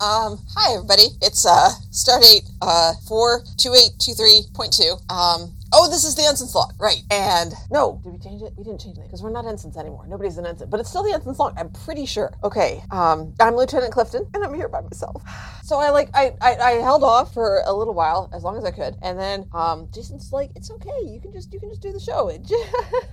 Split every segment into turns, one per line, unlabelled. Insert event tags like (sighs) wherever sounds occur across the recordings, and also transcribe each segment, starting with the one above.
Um, hi everybody. It's uh Stardate uh four two eight two three point two. Um Oh, this is the ensign's log, right? And no, did we change it? We didn't change it because we're not ensigns anymore. Nobody's an ensign, but it's still the ensign's log. I'm pretty sure. Okay, um, I'm Lieutenant Clifton, and I'm here by myself. (sighs) So I like I, I I held off for a little while, as long as I could, and then um, Jason's like, "It's okay, you can just you can just do the show. (laughs) It j-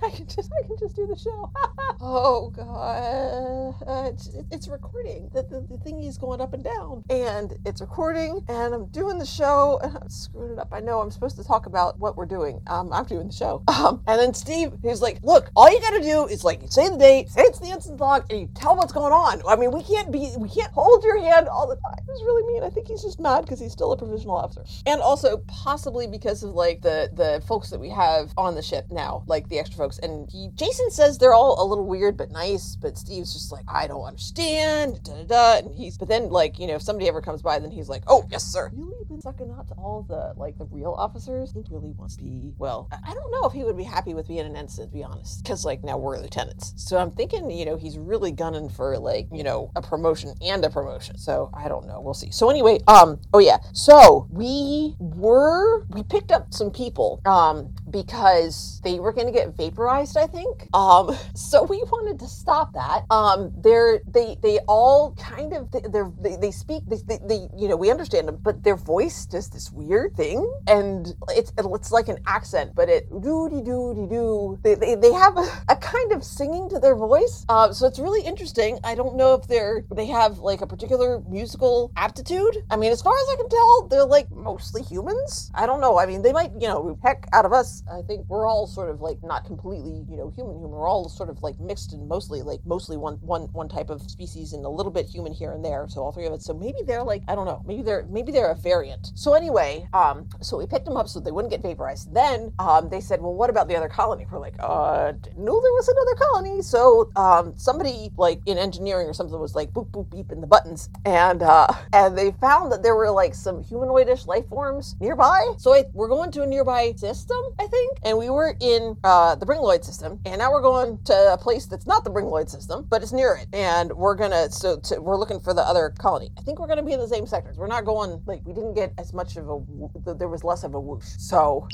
I can just I can just do the show." (laughs) oh god, uh, it's, it's recording. The, the the thing is going up and down, and it's recording, and I'm doing the show, and I'm screwing it up. I know I'm supposed to talk about what we're doing. Um, I'm doing the show. (laughs) Um, and then Steve, he's like, "Look, all you gotta do is like say the date, say it's the instant log, and you tell what's going on. I mean, we can't be, we can't hold your hand all the time." It was really mean. I think he's just mad because he's still a provisional officer, and also possibly because of like the the folks that we have on the ship now, like the extra folks. And he, Jason says they're all a little weird but nice, but Steve's just like, "I don't understand." Da da da. And he's, but then like you know, if somebody ever comes by, then he's like, "Oh yes, sir." Really been sucking up to all the like the real officers. He really wants to be well. I I don't know if he would be happy with being an ensign, to be honest, because like now we're lieutenants. So I'm thinking, you know, he's really gunning for like you know a promotion and a promotion. So I don't know. We'll see. So anyway, um, oh yeah. So we were we picked up some people, um, because they were going to get vaporized, I think. Um, (laughs) so we wanted to stop that. Um, they're they they all kind of they're they, they speak they, they, they you know we understand them, but their voice does this weird thing, and it's it's like an accent, but it doo dee doo dee doo. They, they they have a, a kind of singing to their voice, uh, so it's really interesting. I don't know if they're they have like a particular musical aptitude. I mean, as far as I can tell, they're like mostly humans. I don't know. I mean, they might you know heck out of us. I think we're all sort of like not completely you know human human. We're all sort of like mixed and mostly like mostly one one one type of species and a little bit human here and there. So all three of it. So maybe they're like I don't know. Maybe they're maybe they're a variant. So anyway, um, so we picked them up so they wouldn't get vaporized. Then um, they said, well, what about the other colony? We're like, uh, didn't know there was another colony. So um, somebody like in engineering or something was like boop boop beep in the buttons, and uh, (laughs) and they found that there were like some humanoidish life forms nearby. So I, we're going to a nearby system, I think, and we were in uh, the Bringloid system, and now we're going to a place that's not the Bringloid system, but it's near it, and we're gonna so to, we're looking for the other colony. I think we're gonna be in the same sectors. We're not going like we didn't get as much of a wh- there was less of a whoosh. So,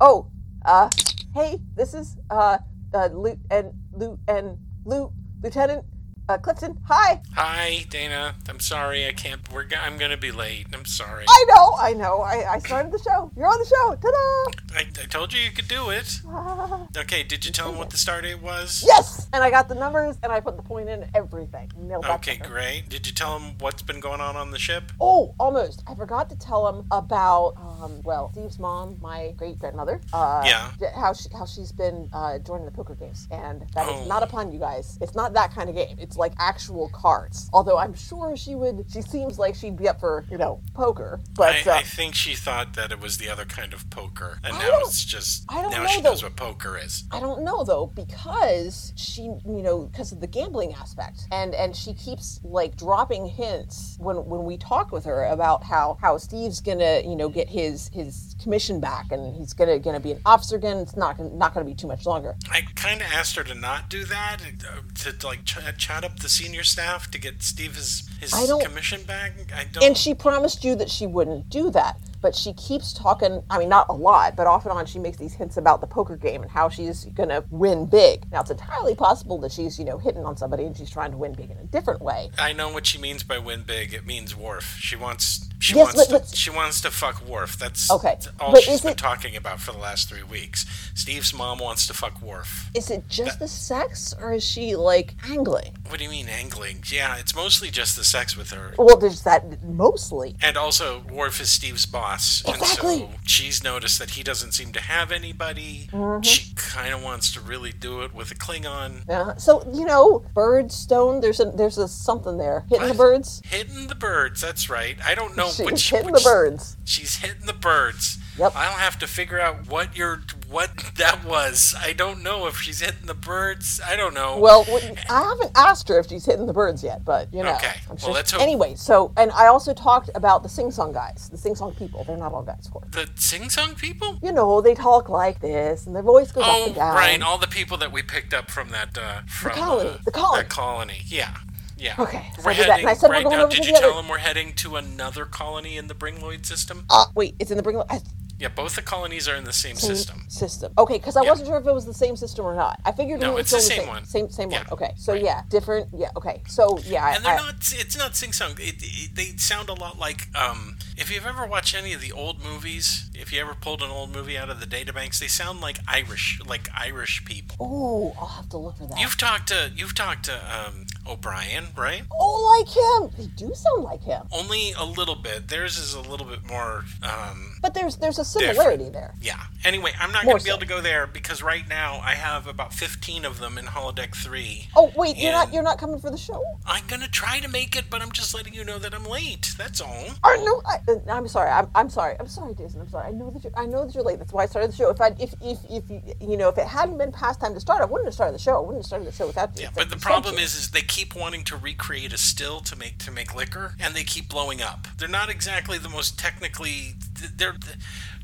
oh, uh, hey, this is uh, uh Lu- and Lu- and Lu- Lieutenant uh, Clifton. Hi.
Hi, Dana. I'm sorry. I can't. We're. go- I'm gonna be late. I'm sorry.
I know, I know. I, I started the show. You're on the show. Ta-da!
I, I told you you could
(laughs)
do it.
Ah.
Okay. Did you tell him what the start date was?
Yes, and I got the numbers, and I put the point in everything. Nailed that
Okay,
sucker.
great. Did you tell him what's been going on on the ship?
Oh, almost. I forgot to tell him about um, well, Steve's mom, my great grandmother. Uh,
Yeah.
j- How she how she's been uh, joining the poker games, and that is
Oh.
not a pun, you guys. It's not that kind of game. It's like actual cards. Although I'm sure she would. She seems like she'd be up for you know poker, but.
I, I
uh,
think she thought that it was the other kind of poker, and
I
now
don't-
it's just
I don't
now
know,
she
though.
knows what poker is.
I don't know though because she, you know, because of the gambling aspect, and and she keeps like dropping hints when when we talk with her about how how Steve's gonna you know get his his commission back and he's gonna gonna be an officer again. It's not gonna not gonna be too much longer.
I kind of asked her to not do that, uh, to, to, like ch- chat up the senior staff to get Steve his, his
I don't-
commission back. I don't.
And she promised you that she wouldn't do that, but she keeps talking. I mean, not a lot, but off and on, she makes these hints about the poker game and how she's gonna win big. Now it's entirely possible that she's you know hitting on somebody and she's trying to win big in a different way.
I know what she means by win big. It means Worf. She wants she
Yes, but-
wants to,
but-
she wants to fuck Worf. That's
Okay,
all
but
she's
is
been
it-
talking about for the last three weeks. Steve's mom wants to fuck Worf.
Is it just the sex, or is she like angling?
What do you mean angling? Yeah, it's mostly just the sex with her.
Well, there's that mostly.
And also, Worf is Steve's boss,
Exactly.
and so she's noticed that he doesn't seem to have anybody.
Mm-hmm.
She kind of wants to really do it with a Klingon.
Yeah. So you know, bird stone. There's a there's a something there hitting the
What?
birds.
Hitting the birds. That's right. I don't know
She's
which
hitting
which-
the birds.
She's hitting the birds.
Yep.
I'll have to figure out what your what that was. I don't know if she's hitting the birds. I don't know.
Well, when- I haven't asked her if she's hitting the birds yet, but you know,
Okay.
I'm
Well,
sure.
let's
she-
hope-
Anyway, so and I also talked about the sing song guys, the sing song people. They're not all guys, of course.
the sing song people?
You know, they talk like this, and their voice goes up
Oh,
and down.
right. All the people that we picked up from that uh, from
colony.
uh,
The colony.
that colony. Yeah. Yeah.
Okay, so
We're
I did that,
heading
and I said we're
right
going
now.
over
Did
to
you
the
tell
other-
him we're heading to another colony in the Bringloid system?
Uh, wait, it's in the Bringloid I-
Yeah, both the colonies are in the same system.
system. Okay, because I wasn't sure if it was the same system or not. I figured
No,
it was
it's the
still
same one.
Same, same one.
Yeah,
Okay, so
right.
yeah, different. Yeah, okay. So yeah, I-
And they're
I-
not. It's not sing song. It, it, they sound a lot like. Um, if you've ever watched any of the old movies, if you ever pulled an old movie out of the databanks, they sound like Irish, like Irish people.
Ooh, I'll have to look for that.
You've talked to. You've talked to um, O'Brien, right?
oh, like him. They do sound like him.
Only a little bit. Theirs is a little bit more. Um,
But there's there's a similarity there.
yeah. Anyway, I'm not
More
going to be
so.
able to go there because right now I have about 15 of them in holodeck three.
Oh wait, you're not
And-
you're not coming for the show?
I'm going to try to make it, but I'm just letting you know that I'm late. That's all.
Or no, I, uh, I'm sorry. I'm, I'm sorry. I'm sorry, Jason. I'm sorry. I know that you're I know that you're late. That's why I started the show. If I if if if you, you know if it hadn't been past time to start, I wouldn't have started the show. I wouldn't have started the show without you.
Yeah,
It's like
but the
you said
problem
to.
is, is they keep wanting to recreate a still to make to make liquor, and they keep blowing up. They're not exactly the most technically. They're.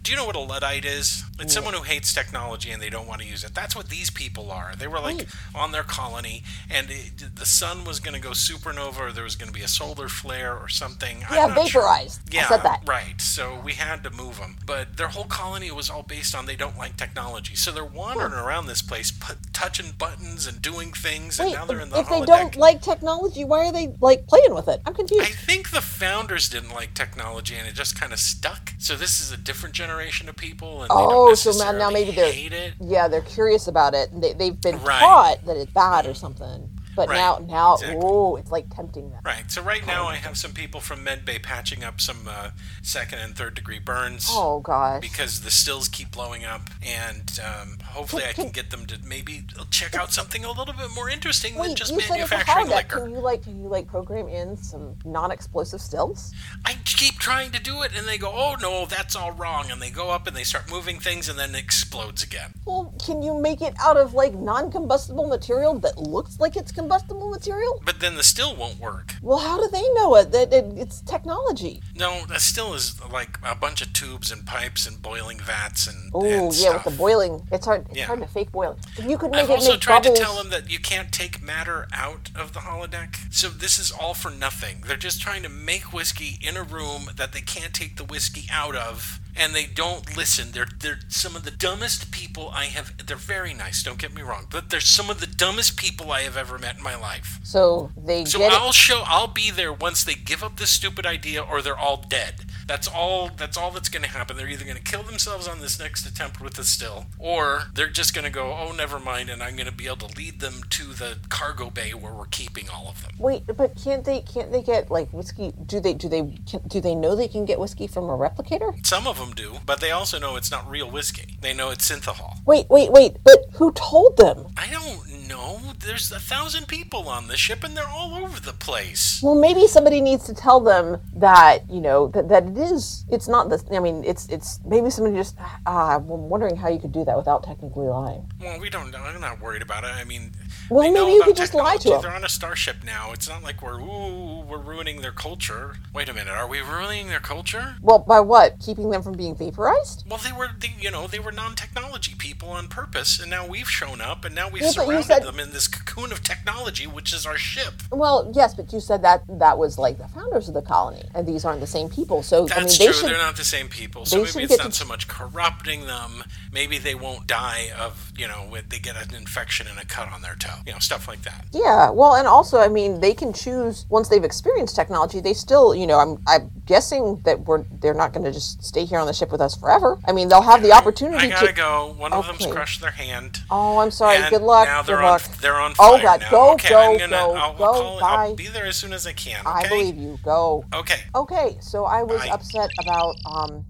Do you know what a luddite is? It's someone who hates technology and they don't want to use it. That's what these people are. They were like on their colony, and it, the sun was going to go supernova, or there was going to be a solar flare, or something. I'm
yeah,
not sure.
vaporized.
Yeah,
I said that.
right. So we had to move them. But their whole colony was all based on they don't like technology. So they're wandering around this place, put, touching buttons and doing things, and
Wait,
now they're in the
if they
holodeck.
don't like technology, why are they like playing with it? I'm
I
confused.
think the founders didn't like technology, and it just kind of stuck. So this is a different generation of people, and they
Oh,
don't
so now- now
necessarily
maybe they're-
hate it.
yeah, they're curious about it. and They they've been
Right.
taught that it's bad or something, but
Right,
now now
exactly.
oh, it's like tempting them.
Right. So right now, I have some people from MedBay patching up some uh, second and third degree burns.
Oh gosh.
because the stills keep blowing up, and um, hopefully I can get them to maybe check out something a little bit more interesting than just
you said it's a
manufacturing
holodeck.
liquor.
Can you like can you like program in some non-explosive stills?
I keep trying to do it, and they go, "Oh no, that's all wrong," and they go up and they start moving things, and then it explodes again.
Well, can you make it out of like non-combustible material that looks like it's combustible material?
But then the still won't work.
Well, how do they know it? That it, it's technology.
No, a still is like a bunch of tubes and pipes and boiling vats and
Oh yeah,
and stuff.
with the boiling, it's hard. It's
Yeah.
hard to fake boiling. If you could make
I've
it
also
make
tried
bubbles.
to tell them that you can't take matter out of the holodeck. So this is all for nothing. They're just trying to make whiskey in a room that they can't take the whiskey out of, and they don't listen. They're they're some of the dumbest people I have. They're very nice. Don't get me wrong, but they're some of the dumbest people I have ever met in my life.
so they
So
get
I'll show. I'll be there once they give up this stupid idea, or they're all dead. That's all. That's all that's going to happen. They're either going to kill themselves on this next attempt with the still, or they're just going to go, "Oh, never mind," and I'm going to be able to lead them to the cargo bay where we're keeping all of them.
it. Wait, but can't they? Can't they get like whiskey? Do they? Do they? Can, do they know they can get whiskey from a replicator?
Some of them do, but they also know it's not real whiskey. They know it's synthahol.
Wait, wait, wait! But who told them?
I don't know. Oh, There's a thousand people on the ship, and they're all over the place.
Well, maybe somebody needs to tell them that you know that, that it is. It's not this. I mean, it's it's maybe somebody just. Ah, I'm wondering how you could do that without technically lying.
Well, we don't. I'm not worried about it. I mean,
Well,
they know
maybe you
about
could just lie to
technology.
'em.
They're on a starship now. It's not like we're ooh, we're ruining their culture. Wait a minute, are we ruining their culture?
Well, by what? Keeping them from being vaporized?
Well, they were, they, you know, they were non-technology people on purpose, and now we've shown up, and now we've
Yeah, but you
surrounded
said-
them in this cocoon of technology, which is our ship.
Well, yes, but you said that that was like the founders of the colony, and these aren't the same people. So I mean,
That's
they
true.
should.
They're not the same people, so
they
maybe
should
it's
get
not
to-
so much corrupting them. Maybe they won't die of, you know, when they get an infection and a cut on their toe, you know, stuff like that.
Yeah, well, and also, I mean, they can choose once they've experienced technology. They still, you know, I'm I'm guessing that we're they're not going to just stay here on the ship with us forever. I mean, they'll have the opportunity
I gotta
to.
go. One of them's
Okay.
crushed their hand.
Oh, I'm sorry.
And
Good luck.
Now they're
Good
on.
luck.
They're on fire
Oh, God.
now.
Go,
okay,
go,
I'm gonna,
go,
I'll,
go.
Call,
Bye.
I'll be there as soon as I can. Okay.
I believe you. Go.
Okay.
Okay, so I was
Bye.
upset about um,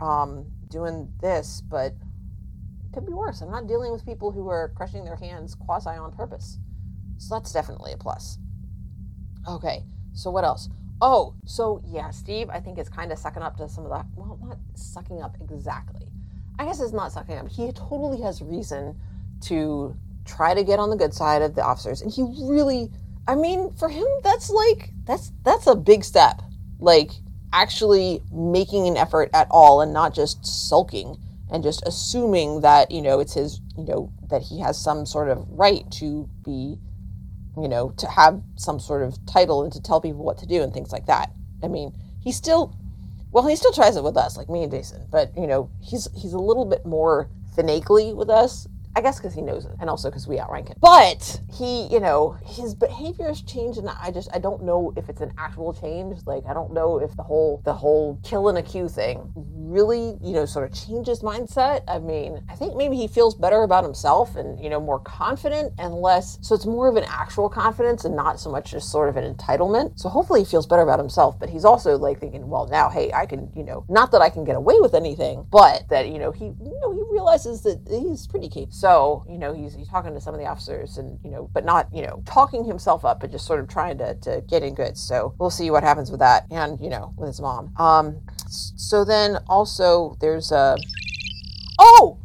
um, doing this, but it could be worse. I'm not dealing with people who are crushing their hands quasi on purpose, so that's definitely a plus. Okay, so what else? Oh, so yeah, Steve, I think is kind of sucking up to some of that. Well, not sucking up exactly. I guess it's not sucking up. He totally has reason to try to get on the good side of the officers, and he really, I mean, for him, that's like that's that's a big step. Like actually making an effort at all, and not just sulking and just assuming that you know it's his, you know, that he has some sort of right to be you know, to have some sort of title and to tell people what to do and things like that. I mean, he still, well, he still tries it with us, like me and Jason, but you know, he's he's a little bit more finagly with us. I guess because he knows it, and also because we outrank him. But he, you know, his behavior has changed, and I just I don't know if it's an actual change. Like I don't know if the whole the whole kill and a Q thing really, you know, sort of changed his mindset. I mean, I think maybe he feels better about himself and you know more confident and less. So it's more of an actual confidence and not so much just sort of an entitlement. So hopefully he feels better about himself. But he's also like thinking, well, now hey, I can, you know, not that I can get away with anything, but that you know he, you know, he realizes that he's pretty capable. So, you know, he's, he's talking to some of the officers and, you know, but not, you know, talking himself up, but just sort of trying to, to get in good. So we'll see what happens with that and, you know, with his mom. Um, s- so then also there's a. Oh!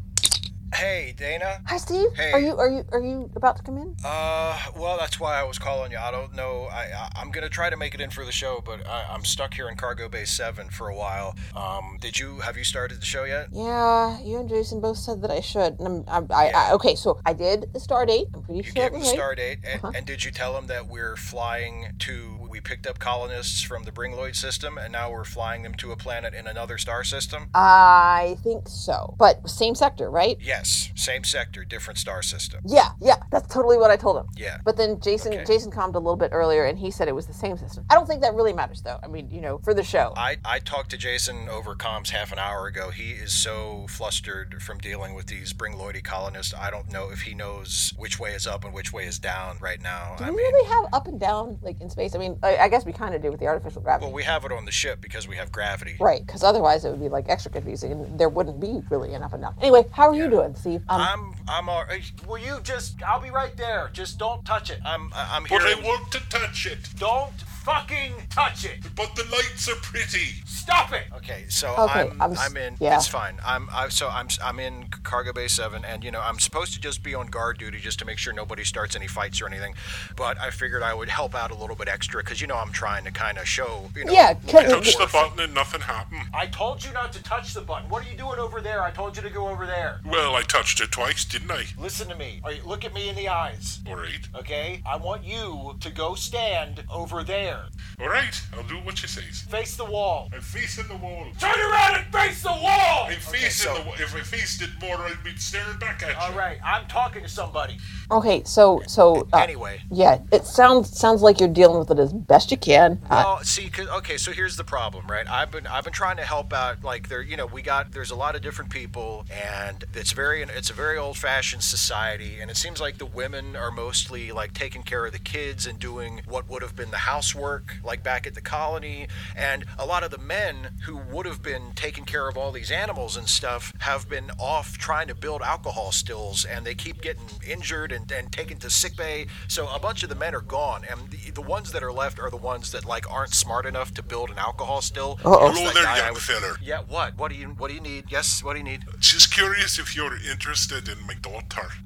Hey, Dana.
Hi, Steve.
Hey.
Are you are you are you about to come in?
Uh, well, that's why I was calling you. I don't know. I, I I'm gonna try to make it in for the show, but I, I'm stuck here in Cargo Bay Seven for a while. Um, did you have you started the show yet?
Yeah, you and Jason both said that I should. And I'm, I, I, I okay, so I did the star date. I'm pretty
You
sure
gave
it
him
was
the
right.
start date, and,
Uh-huh.
and did you tell him that we're flying to? We picked up colonists from the Bringloid system, and now we're flying them to a planet in another star system.
Uh, I think so, but same sector, right?
Yes, same sector, different star system.
Yeah, yeah, that's totally what I told him.
Yeah.
But then Jason
Okay.
Jason calmed a little bit earlier, and he said it was the same system. I don't think that really matters, though. I mean, you know, for the show.
I, I talked to Jason over comms half an hour ago. He is so flustered from dealing with these Bringloidy colonists. I don't know if he knows which way is up and which way is down right now.
do
I
we
mean,
really have up and down like in space? I mean, I, I guess we kind of do with the artificial gravity,
well, we have it on the ship because we have gravity.
right? Because otherwise, it would be like extra confusing, and there wouldn't be really an up and down. Anyway, how are you doing, Steve? Um,
I'm I'm all right. Will you just? I'll be right there. Just don't touch it. I'm I'm here.
But I want to touch it.
Don't fucking touch it.
But the lights are pretty.
Stop it. Okay, so
Okay,
I'm,
I'm s-
I'm in.
yeah.
It's fine. I'm I, so I'm s- I'm in cargo bay seven, and you know I'm supposed to just be on guard duty just to make sure nobody starts any fights or anything. But I figured I would help out a little bit extra because you know I'm trying to kind of show you know.
Yeah,
I
can-
touched the button and nothing happened.
I told you not to touch the button. What are you doing over there? I told you to go over there.
Well, I touched it twice, didn't I?
Listen to me. Are you, look at me in the eyes.
All right.
Okay, I want you to go stand over there.
All right. I'll do what you says.
Face the wall.
I'm facing the wall.
Turn around and face the wall.
I'm facing the wall. If I faced it more, I'd be staring back at you.
right, I'm talking to somebody.
okay, so so uh,
Anyway.
yeah, it sounds sounds like you're dealing with it as best you can. Uh,
Well, see, 'cause- okay, so here's the problem, right? I've been I've been trying to help out. Like there, you know, we got there's a lot of different people, and it's very it's a very old fashioned society, and it seems like the women are mostly like taking care of the kids and doing what would have been the housework, like back at the colony, and a lot of the men who would have been taking care of all these animals and stuff have been off trying to build alcohol stills, and they keep getting injured and, and taken to sick bay. So a bunch of the men are gone, and the, the ones that are left are the ones that like aren't smart enough to build an alcohol still.
Uh-oh.
It's
Hello
that
there,
guy I
young
was-
feller.
Yeah, what? What do you What do you need? Yes, what do you need?
Just curious if you're interested in my daughter.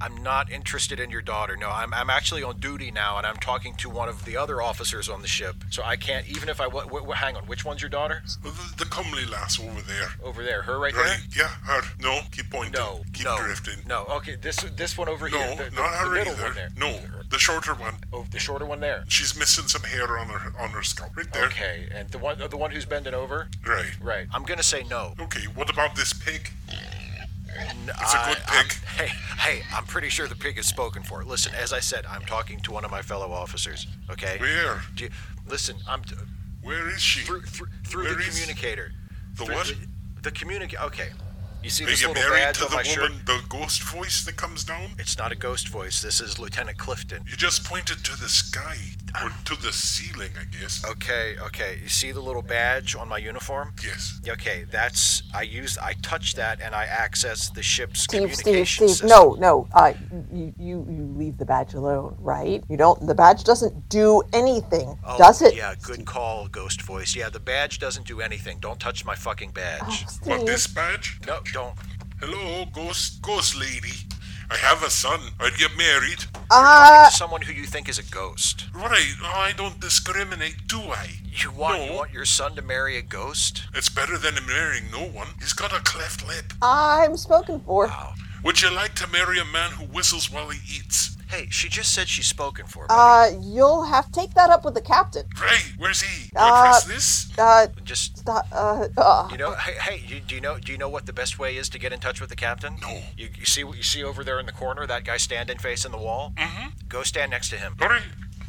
I'm not interested in your daughter. No, I'm, I'm actually on duty now, and I'm talking to one of the other officers on the ship. So I can't, even if I. W- w- hang on, which one's your daughter?
The, the comely lass over there.
Over there, her right there.
Right? Yeah, her. No, keep pointing.
No,
Keep
no,
drifting.
no. Okay, this this one over
No,
here, the, the-
not
the
her
middle
either.
one there.
No, the shorter one.
Oh, the shorter one there.
She's missing some hair on her on her scalp. Right there.
Okay, and the one the one who's bending over.
Right.
Right. I'm gonna say no.
Okay, what about this pig?
It's
a good pig.
hey, hey, I'm pretty sure the pig is spoken for. Listen, as I said, I'm talking to one of my fellow officers. Okay.
Where?
Do you, listen, I'm t-
Where is she?
through through, through
Where
the
is-
communicator.
The
Through
what?
The, the communicator. Okay. You see
Are
this
you
little
married
badge
to
on
the
my
woman,
shirt?
the ghost voice that comes down?
It's not a ghost voice. This is Lieutenant Clifton.
You just pointed to the sky. Or to the ceiling, I guess.
Okay, okay. You see the little badge on my uniform?
Yes.
Okay, that's I used I touched that and I accessed the ship's
Steve, Steve,
communication
Steve.
system.
No, no. Uh, you, you, you leave the badge alone, right? You don't. The badge doesn't do anything,
Oh,
does it?
Yeah, good call, ghost voice. Yeah, the badge doesn't do anything. Don't touch my fucking badge.
Oh, Steve.
What, this badge?
No, don't.
Hello, ghost, ghost lady. I have a son. I'd get married.
Uh,
Someone who you think is a ghost.
Right, oh, I don't discriminate, do I?
You want you
No.
want your son to marry a ghost?
It's better than marrying no one. He's got a cleft lip.
I'm spoken for.
Would you like to marry a man who whistles while he eats?
Hey, she just said she's spoken for. buddy.
Uh, you'll have take that up with the captain.
Right, where's he? Do
Uh,
I press this?
Uh,
just
stop. Uh, uh,
You know, hey, hey you, do you know? Do you know what the best way is to get in touch with the captain?
No.
You, you see what you see over there in the corner? That guy standing facing the wall. Mm-hmm. Go stand next to him.
Hurry,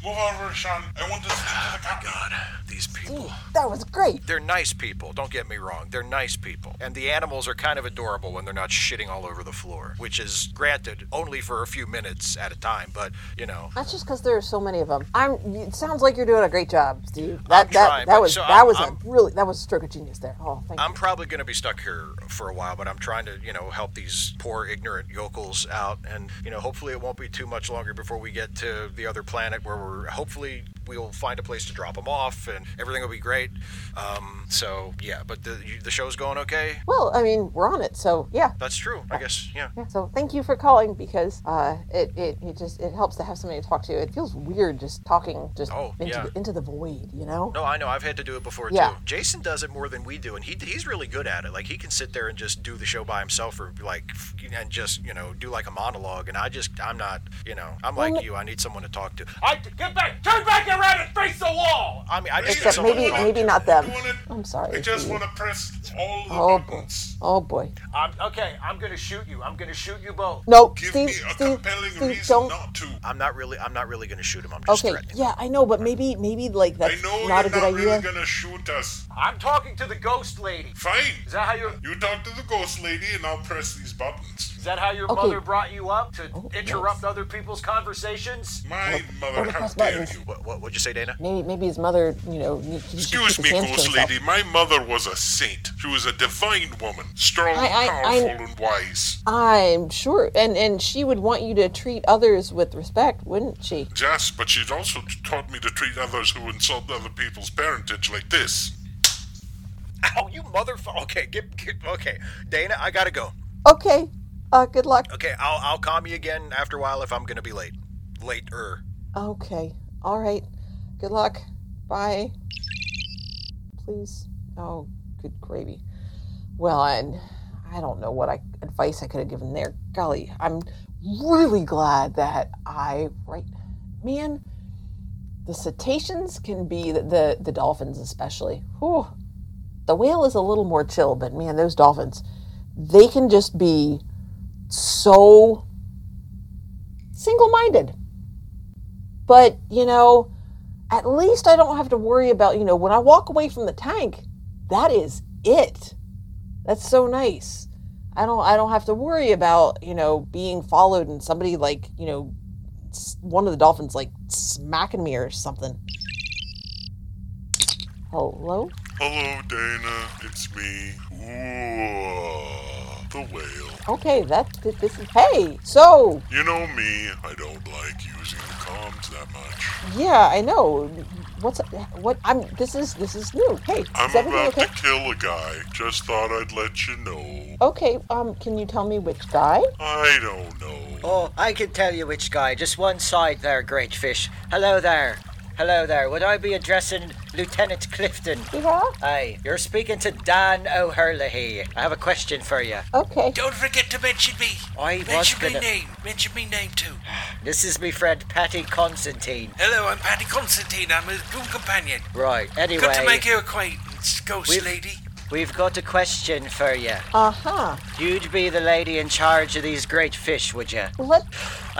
move over, Sean. I want to speak to the captain.
Ah, God, these people.
that was great.
They're nice people. Don't get me wrong. They're nice people, and the animals are kind of adorable when they're not shitting all over the floor. Which is granted only for a few minutes at a time, but you know.
That's just because there are so many of them. I'm. It sounds like you're doing a great job, Steve. That that
trying,
that
but-
was
so
that
I'm-
was
I'm-
a really that was a stroke of genius there. Oh, thank
I'm
you.
probably going to be stuck here for a while, but I'm trying to, you know, help these poor ignorant yokels out, and you know, hopefully it won't be too much longer before we get to the other planet where we're hopefully we'll find a place to drop them off, and everything will be great. Um, so yeah, but the you- the show's going okay.
Well, I mean, we're on it, so yeah.
That's true, I guess. Yeah.
Yeah, so thank you for calling because uh, it, it, it just it helps to have somebody to talk to. It feels weird just talking just
Oh,
into,
yeah.
the, into the void, you know?
No, I know. I've had to do it before
Yeah.
too. Jason does it more than we do, and he he's really good at it. Like he can sit there and just do the show by himself, or like f- and just you know do like a monologue. And I just I'm not you know I'm like you. I need someone to talk to.
I get back, turn back around and face the wall.
I mean I just need
Except
someone
maybe
to talk
maybe
to.
not them.
I wanna-
I'm sorry.
I just
Steve.
want to press all the
Oh, boy.
buttons.
Oh boy.
I'm, okay, I'm gonna shoot you. I'm gonna shoot you both.
No,
Give
Steve,
me a
Steve,
compelling
Steve,
reason
don't.
not to.
I'm not really I'm not really gonna shoot him. I'm just
Okay,
threatening.
yeah, I know, but maybe maybe like
I
that's
know
not a
you're
good
not
idea.
really gonna shoot us.
I'm talking to the ghost lady.
Fine.
Is that how you?
You talk to the ghost lady, and I'll press these buttons.
Is that how your
Okay. mother
brought you up to
Oh, interrupt yes.
other people's conversations?
My
wanna
mother, how
press
dare
buttons.
you?
What what would you say, Dana?
Maybe maybe his mother, you know, needs to just
Excuse
keep
me,
his hands to
ghost
himself.
lady. My mother was a saint. She was a divine woman, strong,
I- I-
powerful,
I-
and wise.
I'm sure, and and she would want you to treat others with respect, wouldn't she?
Yes, but she's also t- taught me to treat others who insult other people's parentage like this.
Oh, you motherfucker! Okay, get, get okay, Dana. I gotta go.
Okay, uh, good luck.
Okay, I'll I'll call you again after a while if I'm gonna be late. Later.
Okay. All right. Good luck. Bye. Please. Oh, good gravy. Well, and I don't know what I, advice I could have given there. Golly, I'm really glad that I right man. The cetaceans can be the the, the dolphins especially. Whew. The whale is a little more chill, but man, those dolphins, they can just be so single-minded but you know at least i don't have to worry about you know when i walk away from the tank that is it that's so nice i don't i don't have to worry about you know being followed and somebody like you know s- one of the dolphins like smacking me or something hello
Hello, Dana. It's me. Ooh, the whale.
okay that's it this is hey so
You know me. I don't like using the comms that much.
yeah i know what's what i'm this is this is new hey
I'm
is everything
about
okay
to kill a guy. Just thought I'd let you know.
okay um can you tell me which guy
I don't know.
Oh, I can tell you which guy. Just one side there, great fish. Hello there. Hello there. Would I be addressing Lieutenant Clifton?
yeah
Aye, you're speaking to Dan O'Herlihy. I have a question for you.
okay
Don't forget to mention me.
I was
mention me
gonna-
name. Mention me name too.
This is me friend Patty Constantine.
Hello, I'm Paddy Constantine. I'm a boon companion.
Right, anyway,
Good to make your acquaintance, ghost
We've-
lady.
we've got a question for you.
uh-huh
You'd be the lady in charge of these great fish, would you?
Let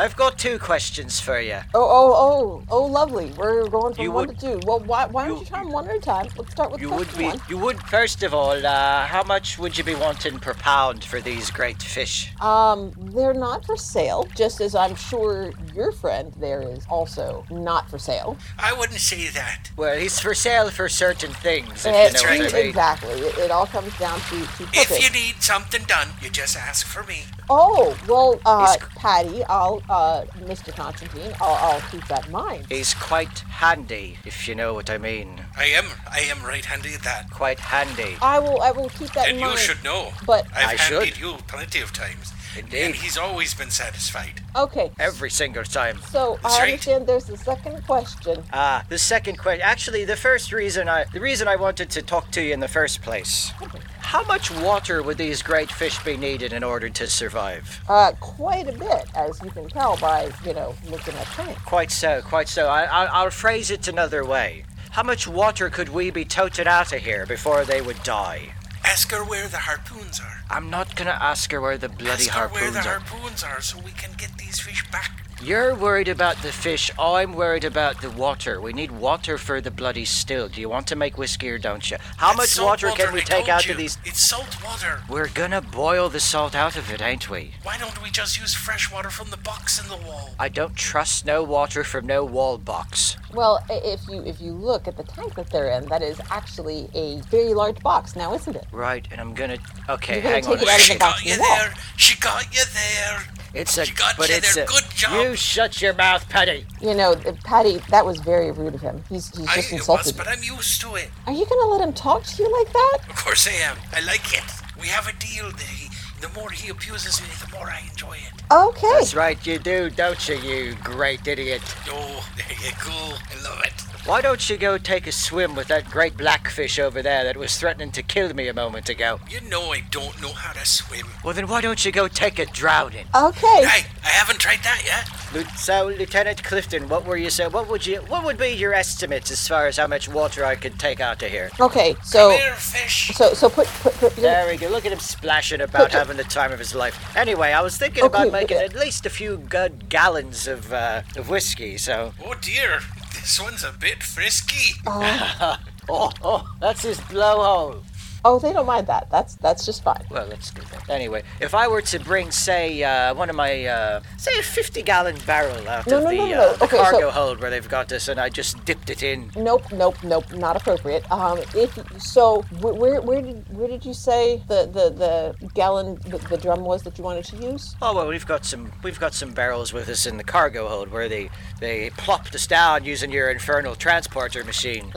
I've got two questions for you.
oh oh oh oh lovely. We're going from
You
one
would-
to two. Well, why why don't
you-
you try them one at a time? Let's start with
You
the
would
first
be.
one.
You would. First of all, uh, how much would you be wanting per pound for these great fish?
Um, they're not for sale. Just as I'm sure your friend there is also not for sale.
I wouldn't say that.
Well, he's for sale for certain things, if
Uh,
you know what I mean.
Exactly. It, it all comes down to to
If
purpose.
you need something done, you just ask for me.
oh well, uh,
He's-
Patty, I'll uh, Mr. Constantine, I'll, I'll keep that in mind.
He's quite handy, if you know what I mean.
I am I am right handed at that.
Quite handy.
I will I will keep that
And
in
you
mind.
should know.
but-
I've
I should.
handed you plenty of times. and
Indeed.
he's always been satisfied.
Okay.
Every single time.
So
That's
I
right.
understand there's a second question.
Ah, the second question. Actually, the first reason I the reason I wanted to talk to you in the first place. How much water would these great fish be needed in order to survive?
Uh, quite a bit, as you can tell by you know looking at tank.
Quite so, quite so. I, I, I'll phrase it another way. How much water could we be toted out of here before they would die?
Ask her where the harpoons are.
I'm not gonna ask her where the bloody
Ask her where
harpoons
the
are.
harpoons are so we can get these fish back.
You're worried about the fish. I'm worried about the water. We need water for the bloody still. Do you want to make whiskey or don't you? How
It's
much
salt
water can we
I
take
told
out
you.
of these?
It's salt water.
We're gonna boil the salt out of it, ain't we?
Why don't we just use fresh water from the box in the wall?
I don't trust no water from no wall box.
Well, i- if you if you look at the tank that they're in, that is actually a very large box now, isn't it?
Right, and I'm gonna. Okay,
You're gonna
hang on.
take it
a
out of the
second.
box
Got you
and wall.
there. She got you there.
It's a.
She got
but
you
it's
there.
a.
Good job.
You shut your mouth, Petty.
You know, uh, Patty, that was very rude of him. He's, he's
I,
just
it was,
insulted.
but I'm used to it.
Are you gonna let him talk to you like that?
Of course I am. I like it. We have a deal. That he, the more he abuses me, the more I enjoy it.
Okay.
That's right, you do, don't you, you great idiot?
Oh, there you go. I love it.
Why don't you go take a swim with that great blackfish over there that was threatening to kill me a moment ago?
You know I don't know how to swim.
Well, then why don't you go take a drowning?
Okay.
Hey, I haven't tried that yet.
Lu- So, Lieutenant Clifton, what were you saying? What would you? What would be your estimates as far as how much water I could take out of here?
Okay. So
There, fish.
so so put put put. your-
There we go. Look at him splashing about, having the time of his life. Anyway, I was thinking
Okay,
about making
yeah.
at least a few good gallons of uh, of whiskey. So,
Oh dear, this one's a bit frisky.
(laughs) oh, oh, that's his blowhole.
Oh, they don't mind that. That's that's just fine.
Well, let's do that. Anyway, if I were to bring, say, uh, one of my, uh, say, a 50-gallon barrel out
No,
of
no,
the,
no, no,
uh,
no.
the
Okay, so-
cargo hold where they've got this, and I just dipped it in.
Nope, nope, nope. Not appropriate. Um, if so, wh- where where did where did you say the the the gallon the, the drum was that you wanted to use?
Oh well, we've got some, we've got some barrels with us in the cargo hold where they, they plopped us down using your infernal transporter machine.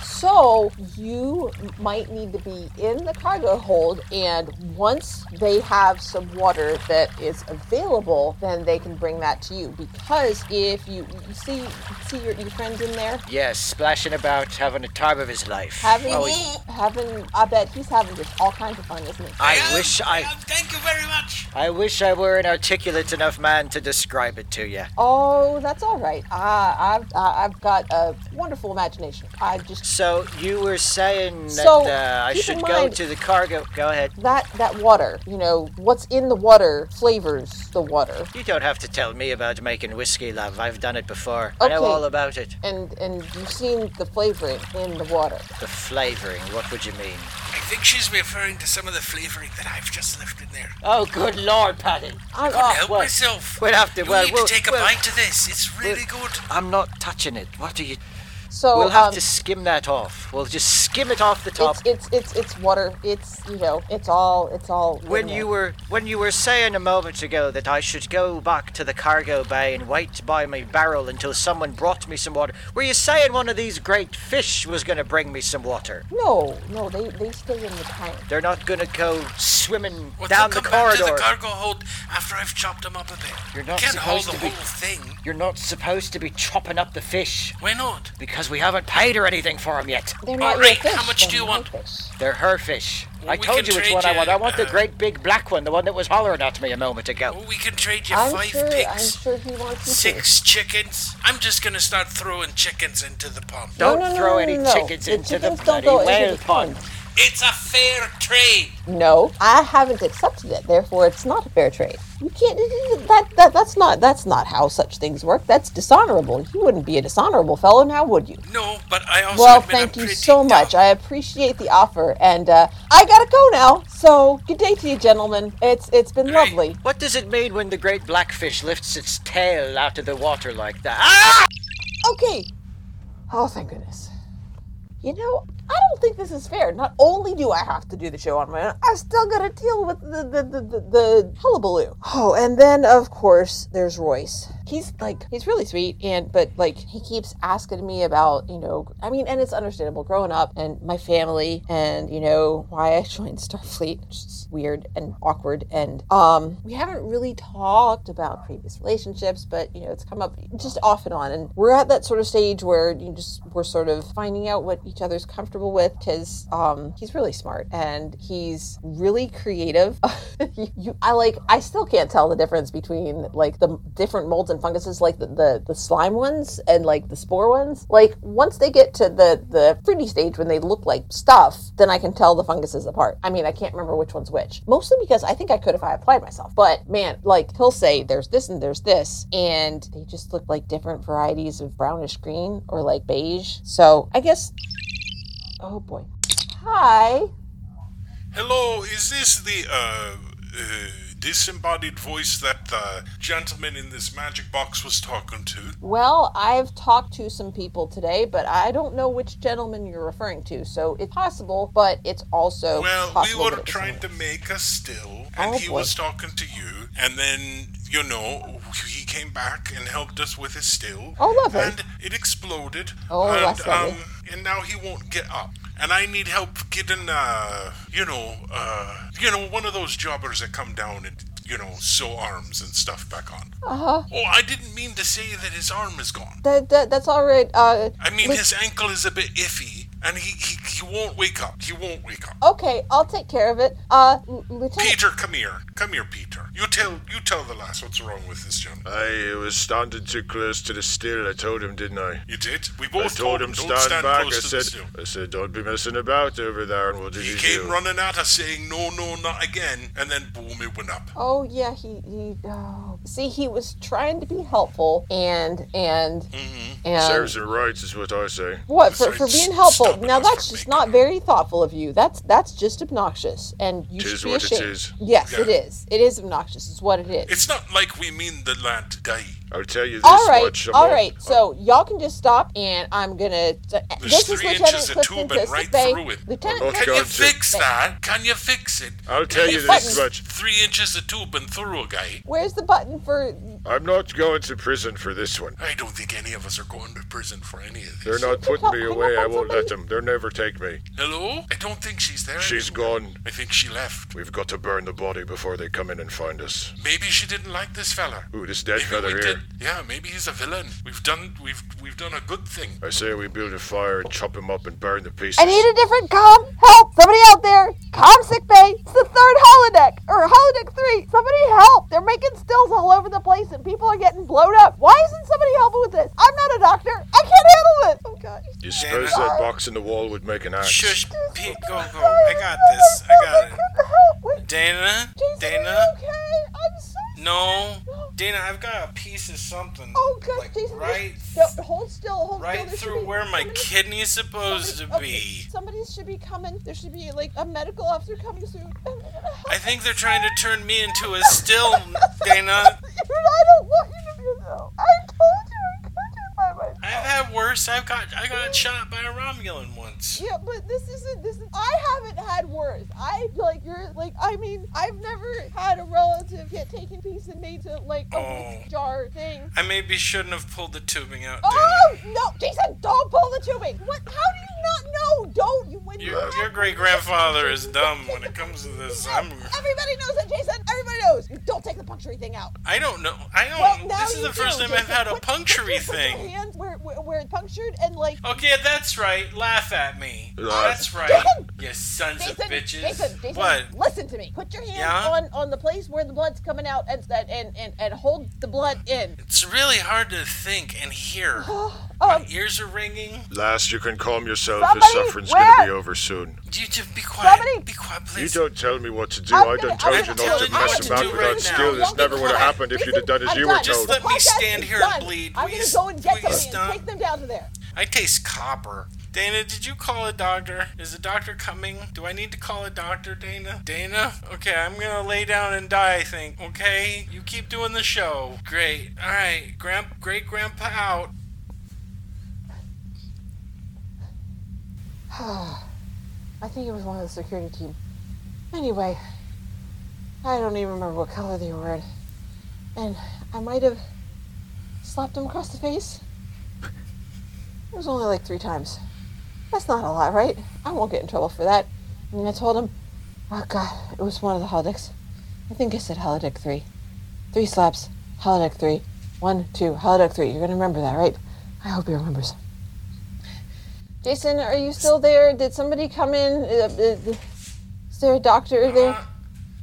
So you might need to be in the cargo hold, and once they have some water that is available, then they can bring that to you. Because if you, you see see your, your friends in there
Yes, splashing about, having a time of his life.
having
Oh, he-
having, I bet he's having just all kinds of fun, isn't he?
I
am,
wish I,
am. Thank you very much.
I wish I were an articulate enough man to describe it to you.
Oh, that's all right. I, I've I- I've got a wonderful imagination. I just
So you were saying that
So,
uh, I
keep in
should go
mind-
to the cargo. Go ahead.
that that water, you know, what's in the water flavors the water,
You don't have to tell me about making whiskey, love. I've done it before. I know
Okay.
all about it.
and and you've seen the flavoring in the water.
The flavoring, what would you mean?
I think she's referring to some of the flavoring that I've just left in there.
Oh, good lord, Patty.
I,
Couldn't
uh,
help
well,
myself.
we'll have to-
You
well,
need
we'll-
to take a
we'll-
bite of this. It's really good.
I'm not touching it. What are you.
so
we'll have
um,
to skim that off. We'll just skim it off the top.
it's, it's it's it's water. It's you know, it's all it's all. in
when
there.
you were when you were saying a moment ago that I should go back to the cargo bay and wait by my barrel until someone brought me some water, were you saying one of these great fish was going to bring me some water?
no no they they stay in the tank.
They're not going to go swimming
Well,
down
they'll
the
come back
corridor.
to the cargo hold after I've chopped them up a bit.
You're not
Can't hold
supposed
the
to be-
whole thing.
You're not supposed to be chopping up the fish
Why not?
because we haven't paid her anything for them yet.
They're not
right,
your fish.
how much
they're
do you
my
want?
Fish.
They're her fish. I
we
told
can
you which
trade
one I want.
you,
I want the
uh, Oh,
great big black one, the one that was hollering at me a moment ago.
Well, we can trade you
I'm
five
sure I'm
pigs,
sure he wants you to.
six chickens. I'm just gonna start throwing chickens into the pond.
Don't
no, no,
throw
no,
any
no, no.
chickens
The
into
chickens don't
the bloody
go into
whale
the
pond.
pond.
It's a fair trade.
No, I haven't accepted it. Therefore, it's not a fair trade. You can't. That, that that's not that's not how such things work. That's dishonorable. You wouldn't be a dishonorable fellow, now would you?
No, but I also
Well,
admit I'm
thank you
pretty
so much.
dumb.
I appreciate the offer, and uh, I gotta go now. So, good day to you, gentlemen. It's it's been
Hey.
lovely.
What does it mean when the great blackfish lifts its tail out of the water like that? Ah!
Okay. Oh, thank goodness. You know, I don't think this is fair. Not only do I have to do the show on my own, I still got to deal with the the, the, the the hullabaloo. Oh, and then of course there's Royce. he's like he's really sweet and but like he keeps asking me about you know I mean and it's understandable growing up and my family and you know why I joined Starfleet which is weird and awkward and um we haven't really talked about previous relationships but you know it's come up just off and on and we're at that sort of stage where you just we're sort of finding out what each other's comfortable with because um he's really smart and he's really creative (laughs) you, you- I like I still can't tell the difference between like the different molds and funguses like the, the the slime ones and like the spore ones like once they get to the the fruity stage when they look like stuff then I can tell the funguses apart I mean I can't remember which one's which mostly because I think I could if I applied myself but man like he'll say there's this and there's this and they just look like different varieties of brownish green or like beige so I guess oh boy hi
Hello, is this the uh, uh, disembodied voice that the gentleman in this magic box was talking to?
Well, I've talked to some people today, but I don't know which gentleman you're referring to, so it's possible, but it's also
Well, we
Oh, possible
were
that it was
trying
someone
to
else.
make a still, and
Oh,
he
boy.
was talking to you, and then, you know, he came back and helped us with his still.
Oh, lovely.
And it exploded.
Oh,
and, um,
that's lovely.
and now he won't get up. And I need help getting, uh, you know, uh, you know, one of those jobbers that come down and, you know, sew arms and stuff back on. Uh-huh. Oh, I didn't mean to say that his arm is gone.
That, that, that's all right. Uh,
I mean,
Look-
his ankle is a bit iffy, and he, he, he won't wake up. He won't wake up.
okay, I'll take care of it. Uh, L- Lieutenant.
Peter, come here. Come here, Peter. You tell you tell the lass what's wrong with this gentleman.
I was standing too close to the still. I told him, didn't I?
You did? We
I
both
told him
don't
stand, back. I
close to the
said,
steel.
I said, don't be messing about over there, and we'll do
He
you
came
do."
running at us saying, no, no, not again, and then boom, it went up.
Oh yeah, he he. Oh. See, he was trying to be helpful, and and and
Serves him right, is what I say.
what for,
Sorry,
for being
s-
helpful.
stopping
Now
us
that's
from
just
making
not
it.
very thoughtful of you. That's that's just obnoxious, and you
Tis
should be
what it
ashamed.
is.
Yes, it
Yeah.
is. It is obnoxious. It's what it is.
It's not like we mean the lad to die.
I'll tell you this
All right,
much. I'm
all
a-
right. So y'all can just stop, and I'm gonna. this is
three
Lieutenant
inches of
Clifton
tube and
Christoph
right
Bay.
through it.
Lieutenant
I'm not
Can
Clifton-
going
you
to-
fix that? Can you fix it?
I'll
Can
tell you this
button.
much.
Three inches of tube and through a guy.
Where's the button for?
I'm not going to prison for this one.
I don't think any of us are going to prison for any of
They're
this.
not putting me
hang up
away.
on
I won't
somebody.
let them. They'll never take me.
Hello? I don't think she's there.
She's gone.
I think she left.
We've got to burn the body before they come in and find us.
Maybe she didn't like this fella.
Ooh, this dead
Maybe
feather
we
here.
did- yeah, maybe he's a villain. We've done we've we've done a good thing.
I say we build a fire and chop him up and burn the pieces.
I need a different com. Help! Somebody out there. Com sick bay. It's the third holodeck or holodeck three. Somebody help! They're making stills all over the place, and people are getting blown up. Why isn't somebody helping with this? I'm not a doctor. I can't handle this. Oh gosh.
You suppose that box in the wall would make an axe?
Shush, Pete, go, go. I got this. I got it.
Get the help. Wait,
Dana?
Jason, are you
Dana?
okay? I'm so.
No. Dana, I've got a piece of something.
Oh gosh,
like,
Jason.
right
there's- No, hold still. Hold still.
right
There should
through
be-
where my
somebody-
kidney's supposed to
Somebody- okay,
be.
Somebody should be coming. There should be like a medical officer coming soon. (laughs)
I think they're trying to turn me into a still, Dana.
I don't want you to be though. I told you I could do it by myself.
I've had worse. I've got I got shot by a Romulan once.
Yeah, but this isn't this is I haven't had worse. I like you're like I mean, I've never had a relative get taken piece and made to like a
Oh.
oh. jar thing.
I maybe shouldn't have pulled the tubing out, Dana.
Oh no, Jason, don't pull the tubing. What how do you not know? Don't you when
Your,
you
your great grandfather is dumb when it comes to this. I'm
Everybody knows that, Jason. Everybody knows. You don't take the puncturing thing out.
I don't know. I
Well,
don't.
now
this is
you
the first
do,
time I've
Jason.
had a
Put- put your-
punctury
put your
thing.
hands where, where, where it's punctured and like
Okay, that's right. Laugh at me.
Laugh.
That's right.
Jason!
You sons
Jason,
of bitches.
Jason, Jason,
What?
listen to me. Put your hands
Yeah?
on, on the place where the blood's coming out and and and, and hold the blood in.
It's really hard to think
(sighs)
and hear.
Um,
My ears are ringing.
Last, you can calm yourself.
Somebody,
His suffering's going to
where-
be over soon.
You just be quiet.
Somebody-
Be quiet,
You
please.
don't tell me what to do.
I'm
I
gonna-
done told
I'm
you not
telling
to
you what
mess
to
about
do
without
right now.
skill. This
Don't
never
get
would have
caught.
happened if you'd
Jason,
have done as
I'm
you were
done.
told.
Just let me
Podcast
stand
is
here and
done.
bleed.
I'm
Will
gonna
you
go and get
please
somebody
stop?
and take them down (sighs) to there.
I taste copper. Dana, did you call a doctor? Is the doctor coming? Do I need to call a doctor, Dana? Dana? Okay, I'm gonna lay down and die, I think. Okay? You keep doing the show. Great. Alright, grand great grandpa out.
I think it was one of the security team. Anyway, I don't even remember what color they were in, and I might have slapped him across the face. It was only like three times. That's not a lot, right? I won't get in trouble for that. And I told him, oh god, it was one of the holodecks. I think I said holodeck three. Three slaps, holodeck three. One, two, holodeck three. You're gonna remember that, right? I hope he remembers. Jason, are you still there? Did somebody come in? Uh, uh, Is there a doctor there?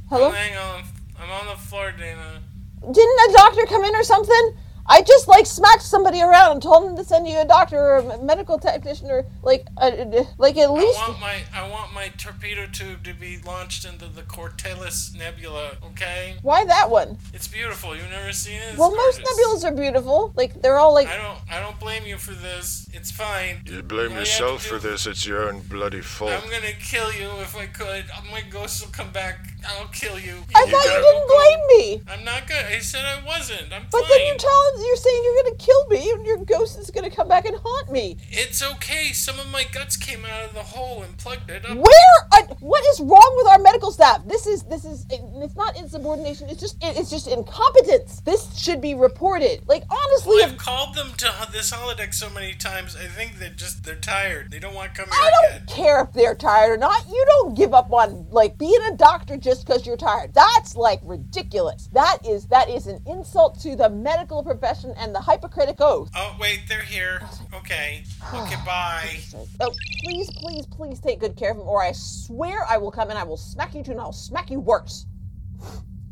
Hello?
Hang on. I'm on the floor, Dana.
Didn't a doctor come in or something? I just like smacked somebody around and told them to send you a doctor or a m- medical technician or like, uh, uh, like at
I
least.
want my I want my torpedo tube to be launched into the Cortellis Nebula. Okay,
Why that one?
it's beautiful. You've never seen it. It's
well, most nebulas
gorgeous.
are beautiful. Like they're all like,
I don't I don't blame you for this. It's fine.
You blame
All have
yourself
to
for
do-
this. It's your own bloody fault.
I'm gonna kill you if I could. My ghost will come back. I'll kill you.
I thought you didn't blame me.
I'm not good. I said I wasn't. I'm
But
fine.
then you tell him you're saying you're gonna kill me and your ghost is gonna come back and haunt me.
it's okay. Some of my guts came out of the hole and plugged it up.
Where? Are, what is wrong with our medical staff? This is this is it's not insubordination. It's just it's just incompetence. This should be reported. Like honestly,
Well,
if
I've called them to h- this holodeck so many times. I think they're just they're tired. They don't want to come here
I
again.
don't care if they're tired or not. You don't give up on like being a doctor just because you're tired. That's like ridiculous. That is that is an insult to the medical profession and the Hippocratic oath.
Oh wait, they're here. Okay. Okay. Bye.
Oh, please, please, please take good care of him, or I swear I will come and I will smack you too, and I'll smack you worse.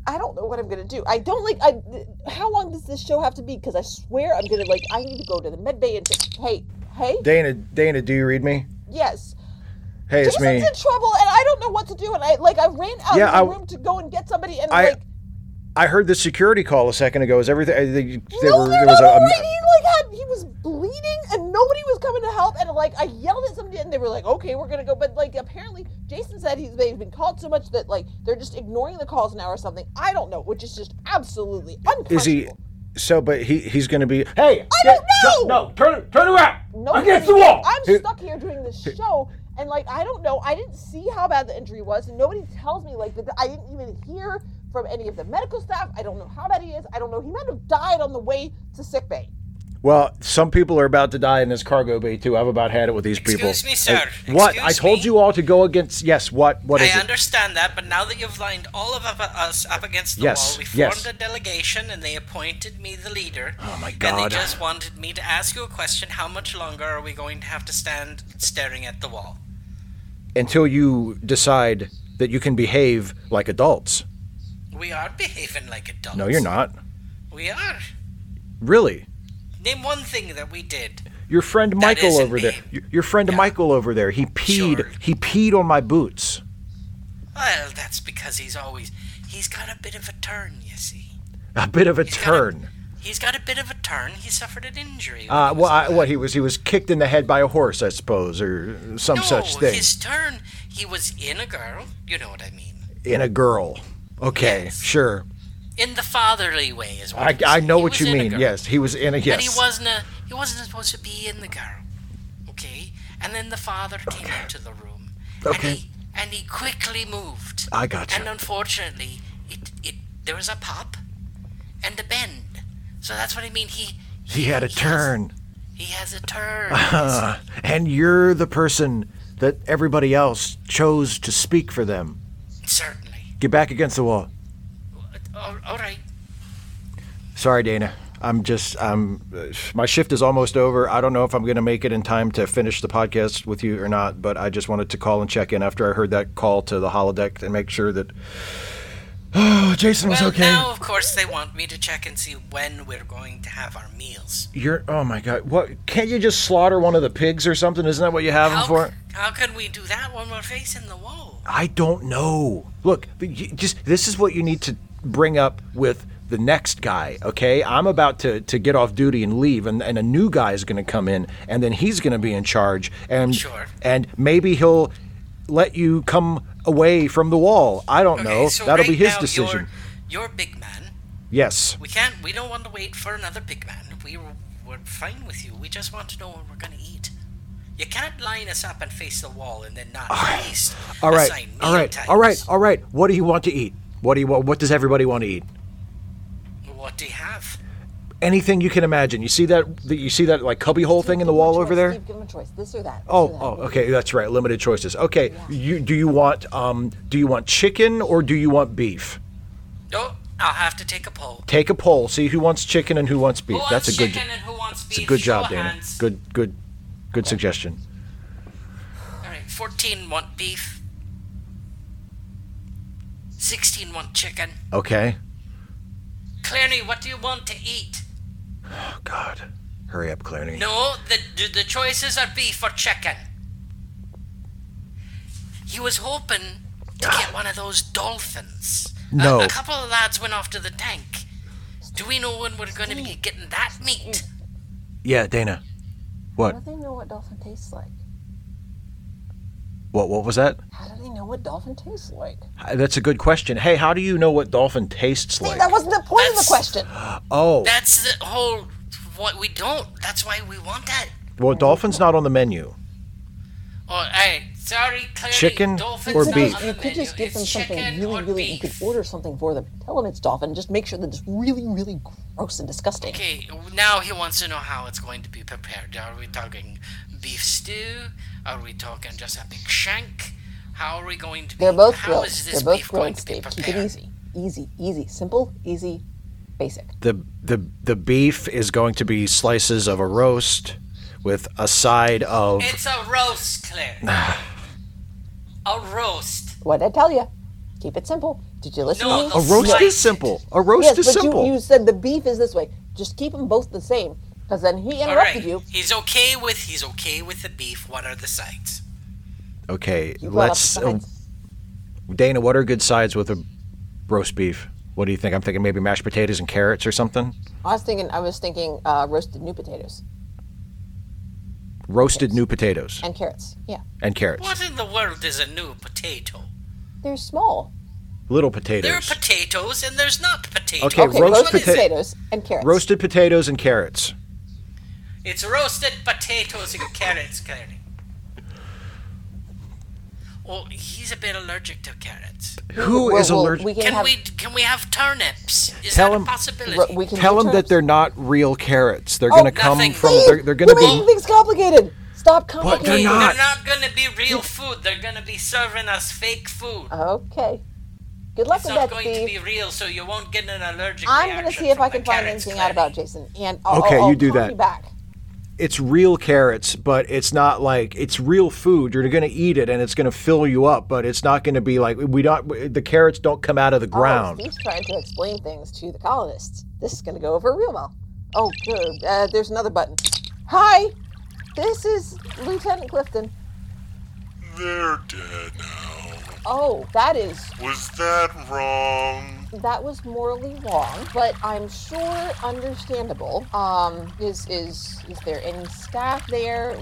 I don't know what I'm gonna do. I don't like. I how long does this show have to be? Because I swear I'm gonna like. I need to go to the med bay and just hey, hey,
Dana, Dana, do you read me?
yes.
Hey, it's
Jason's
me.
in trouble, and I don't know what to do. And I like I ran out
Yeah, I-
of the room to go and get somebody, and
I-
like
I heard the security call a second ago. Is everything? I think there
no,
were-
they're
there was
not
a-
all
a-
right. He like had he was bleeding, and nobody was coming to help. And like I yelled at somebody, and they were like, "Okay, we're gonna go." But like apparently, Jason said he's they've been called so much that like they're just ignoring the calls now or something. I don't know, which is just absolutely unconscionable.
Is he? So, but he he's going to be. Hey,
I don't know.
No, turn turn around.
No,
against the
nobody-
wall.
I'm stuck here doing this show, and like I don't know. I didn't see how bad the injury was, and nobody tells me like that. I didn't even hear from any of the medical staff. I don't know how bad he is. I don't know. He might have died on the way to sick bay.
Well, some people are about to die in this cargo bay too. I've about had it with these people.
Excuse me, sir.
Uh, what? I
Excuse
told
me.
you all to go against. Yes. What? What is
I
it?
understand that, but now that you've lined all of up- uh, us up against the
Yes,
wall, we formed
yes.
a delegation and they appointed me the leader. Oh
my
And
God.
they just wanted me to ask you a question how much longer are we going to have to stand staring at the wall?
Until you decide that you can behave like adults.
We are behaving like adults.
No, you're not.
We are.
Really.
Name one thing that we did.
Your friend Michael
isn't
over there.
me.
Your, your friend Michael over there. He peed.
Sure.
He peed on my boots.
Well, that's because he's always. He's got a bit of a turn, you see.
A bit of a
He's got a-
turn.
He's got a bit of a turn. He suffered an injury. when
Uh,
he was
well, I,
alive.
what he was, he was kicked in the head by a horse, I suppose, or some
no,
such thing.
his turn. He was in a girl. You know what I mean.
In a girl. Okay,
Yes.
sure.
In the fatherly way is what
I,
I'm
I
saying.
know
He
what
was
you
in a
mean.
girl.
Yes, he was in a yes.
But he wasn't a, he wasn't supposed to be in the girl. Okay? And then the father came into the room.
Okay.
And he, and he quickly moved.
I gotcha.
And unfortunately, it, it there was a pop and a bend. So that's what I mean. He
He had a
has-
turn,
he has a turn.
Uh, (laughs) and you're the person that everybody else chose to speak for them.
Certainly.
Get back against the wall.
All, all right.
Sorry, Dana. I'm just I'm uh, my shift is almost over. I don't know if I'm going to make it in time to finish the podcast with you or not, but I just wanted to call and check in after I heard that call to the holodeck and make sure that (sighs) oh, Jason was
well,
okay.
now, of course, they want me to check and see when we're going to have our meals.
You're oh my god. What can't you just slaughter one of the pigs or something? Isn't that what you have them
How,
for?
how can we do that when we're facing the wall?
I don't know. Look, but you- just this is what you need to bring up with the next guy, okay? I'm about to, to get off duty and leave, and, and a new guy is going to come in, and then he's going to be in charge, and
Sure.
and maybe he'll let you come away from the wall. I don't
Okay,
know.
so
That'll be
right
his
now,
decision.
You're, you're big man.
Yes.
We can't. We don't want to wait for another big man. We were, we're fine with you. We just want to know when we're gonna eat. You can't line us up and face the wall and then not at least
All right.
assign meal
All right.
times.
All right. All right. What do you want to eat? What do you want? What does everybody want to eat?
What do you have?
anything you can imagine. You see that? the- You see that like cubbyhole thing in the
Give him a
wall
choice,
over there?
Steve, give him a choice. This or that. this or
Oh,
that.
oh, okay, that's right. Limited choices. Okay, you do you want um do you want chicken or do you want beef?
Oh, I'll have to take a poll.
Take a poll. See who wants chicken and who wants beef.
Who
that's
wants
a good.
chicken and who wants beef?
It's a good
Show
job,
of
Dana.
hands.
Good, good, good suggestion.
All right, 14 want beef. 16 want chicken.
Okay.
Clarny, what do you want to eat?
Oh God, hurry up, Clarny.
No, the the- the choices are beef or chicken. He was hoping to get one of those dolphins. A-
No.
A, couple of lads went off to the tank. Do we know when we're going to be getting that meat?
Yeah, Dana.
How
What?
do they know what dolphin tastes like?
What? What was that?
How do they know what dolphin tastes like?
Uh, That's a good question. Hey, how do you know what dolphin tastes
See,
like?
that wasn't the point of the
That's-
question.
Oh,
That's the whole what we don't. That's why we want that.
well, dolphin's not on the menu.
Oh, hey, sorry, Clarny.
Chicken
dolphins
or
are
beef?
on the
You could just
menu.
give them
It's
something
chicken or
really, really.
beef.
You could order something for them. Tell them it's dolphin. Just make sure that it's really, really gross and disgusting.
Okay, now he wants to know how it's going to be prepared. Are we talking beef stew? Are we talking just a big shank? How are we going to be?
They're both
how
grilled.
is this
They're both
beef going
grilled,
to be
Steve. Keep it
prepared?
easy. Easy, easy, simple, easy, basic.
the the the beef is going to be slices of a roast with a side of
It's a roast,
(sighs)
Claire. a roast.
What did I tell you? Keep it simple. Did you listen
No,
to me?
the
a roast
slice.
is simple. A roast
yes,
is
but
simple.
You, you said the beef is this way. Just keep them both the same, because then he
All
interrupted
right.
you.
He's okay with he's okay with the beef. What are the sides?
okay,
You brought up
let's
the
um,
sides.
Dana. What are good sides with a roast beef? What do you think? I'm thinking maybe mashed potatoes and carrots or something.
I was thinking. I was thinking uh, roasted new potatoes
Roasted new potatoes
and carrots. Yeah,
and carrots.
What in the world is a new potato?
they're small.
Little
There are
potatoes.
potatoes and there's not potatoes.
Okay,
Okay,
roast
roasted
pota-
potatoes and carrots.
Roasted potatoes and carrots.
It's roasted potatoes and carrots, Clarny. Well, Oh, he's a bit allergic to carrots.
Who
Well,
is
well,
allergic?
We can,
Can
have,
we can we have turnips? Is
Tell
that
him-
a possibility?
ro- we can
Tell
do
them that
turnips.
they're not real carrots. They're
Oh,
going to come
nothing.
from.
Steve,
They're, they're going
you're making
to
things complicated. Stop
they're
complicating.
Hey,
not.
They're not gonna be real food. They're gonna be serving us fake food.
Okay. Good luck
it's
with
not
that,
going
Steve.
to be real, so you won't get an allergic
I'm
reaction.
gonna see if
from
I
the
can find
carrots,
anything out
Clarny.
about Jason, and I'll,
Okay,
I'll- I'll
you do
call
that.
You back.
it's real carrots, but it's not like it's real food. You're going to eat it, and it's going to fill you up, but it's not going to be like we not the carrots don't come out of the
Oh,
ground.
Steve's trying to explain things to the colonists. This is gonna go over real well. Oh, good. Uh, there's another button. Hi, this is Lieutenant Clifton.
They're dead now.
Oh, that is
Was that wrong?
that was morally wrong, but I'm sure understandable. Um, is is is there any staff there?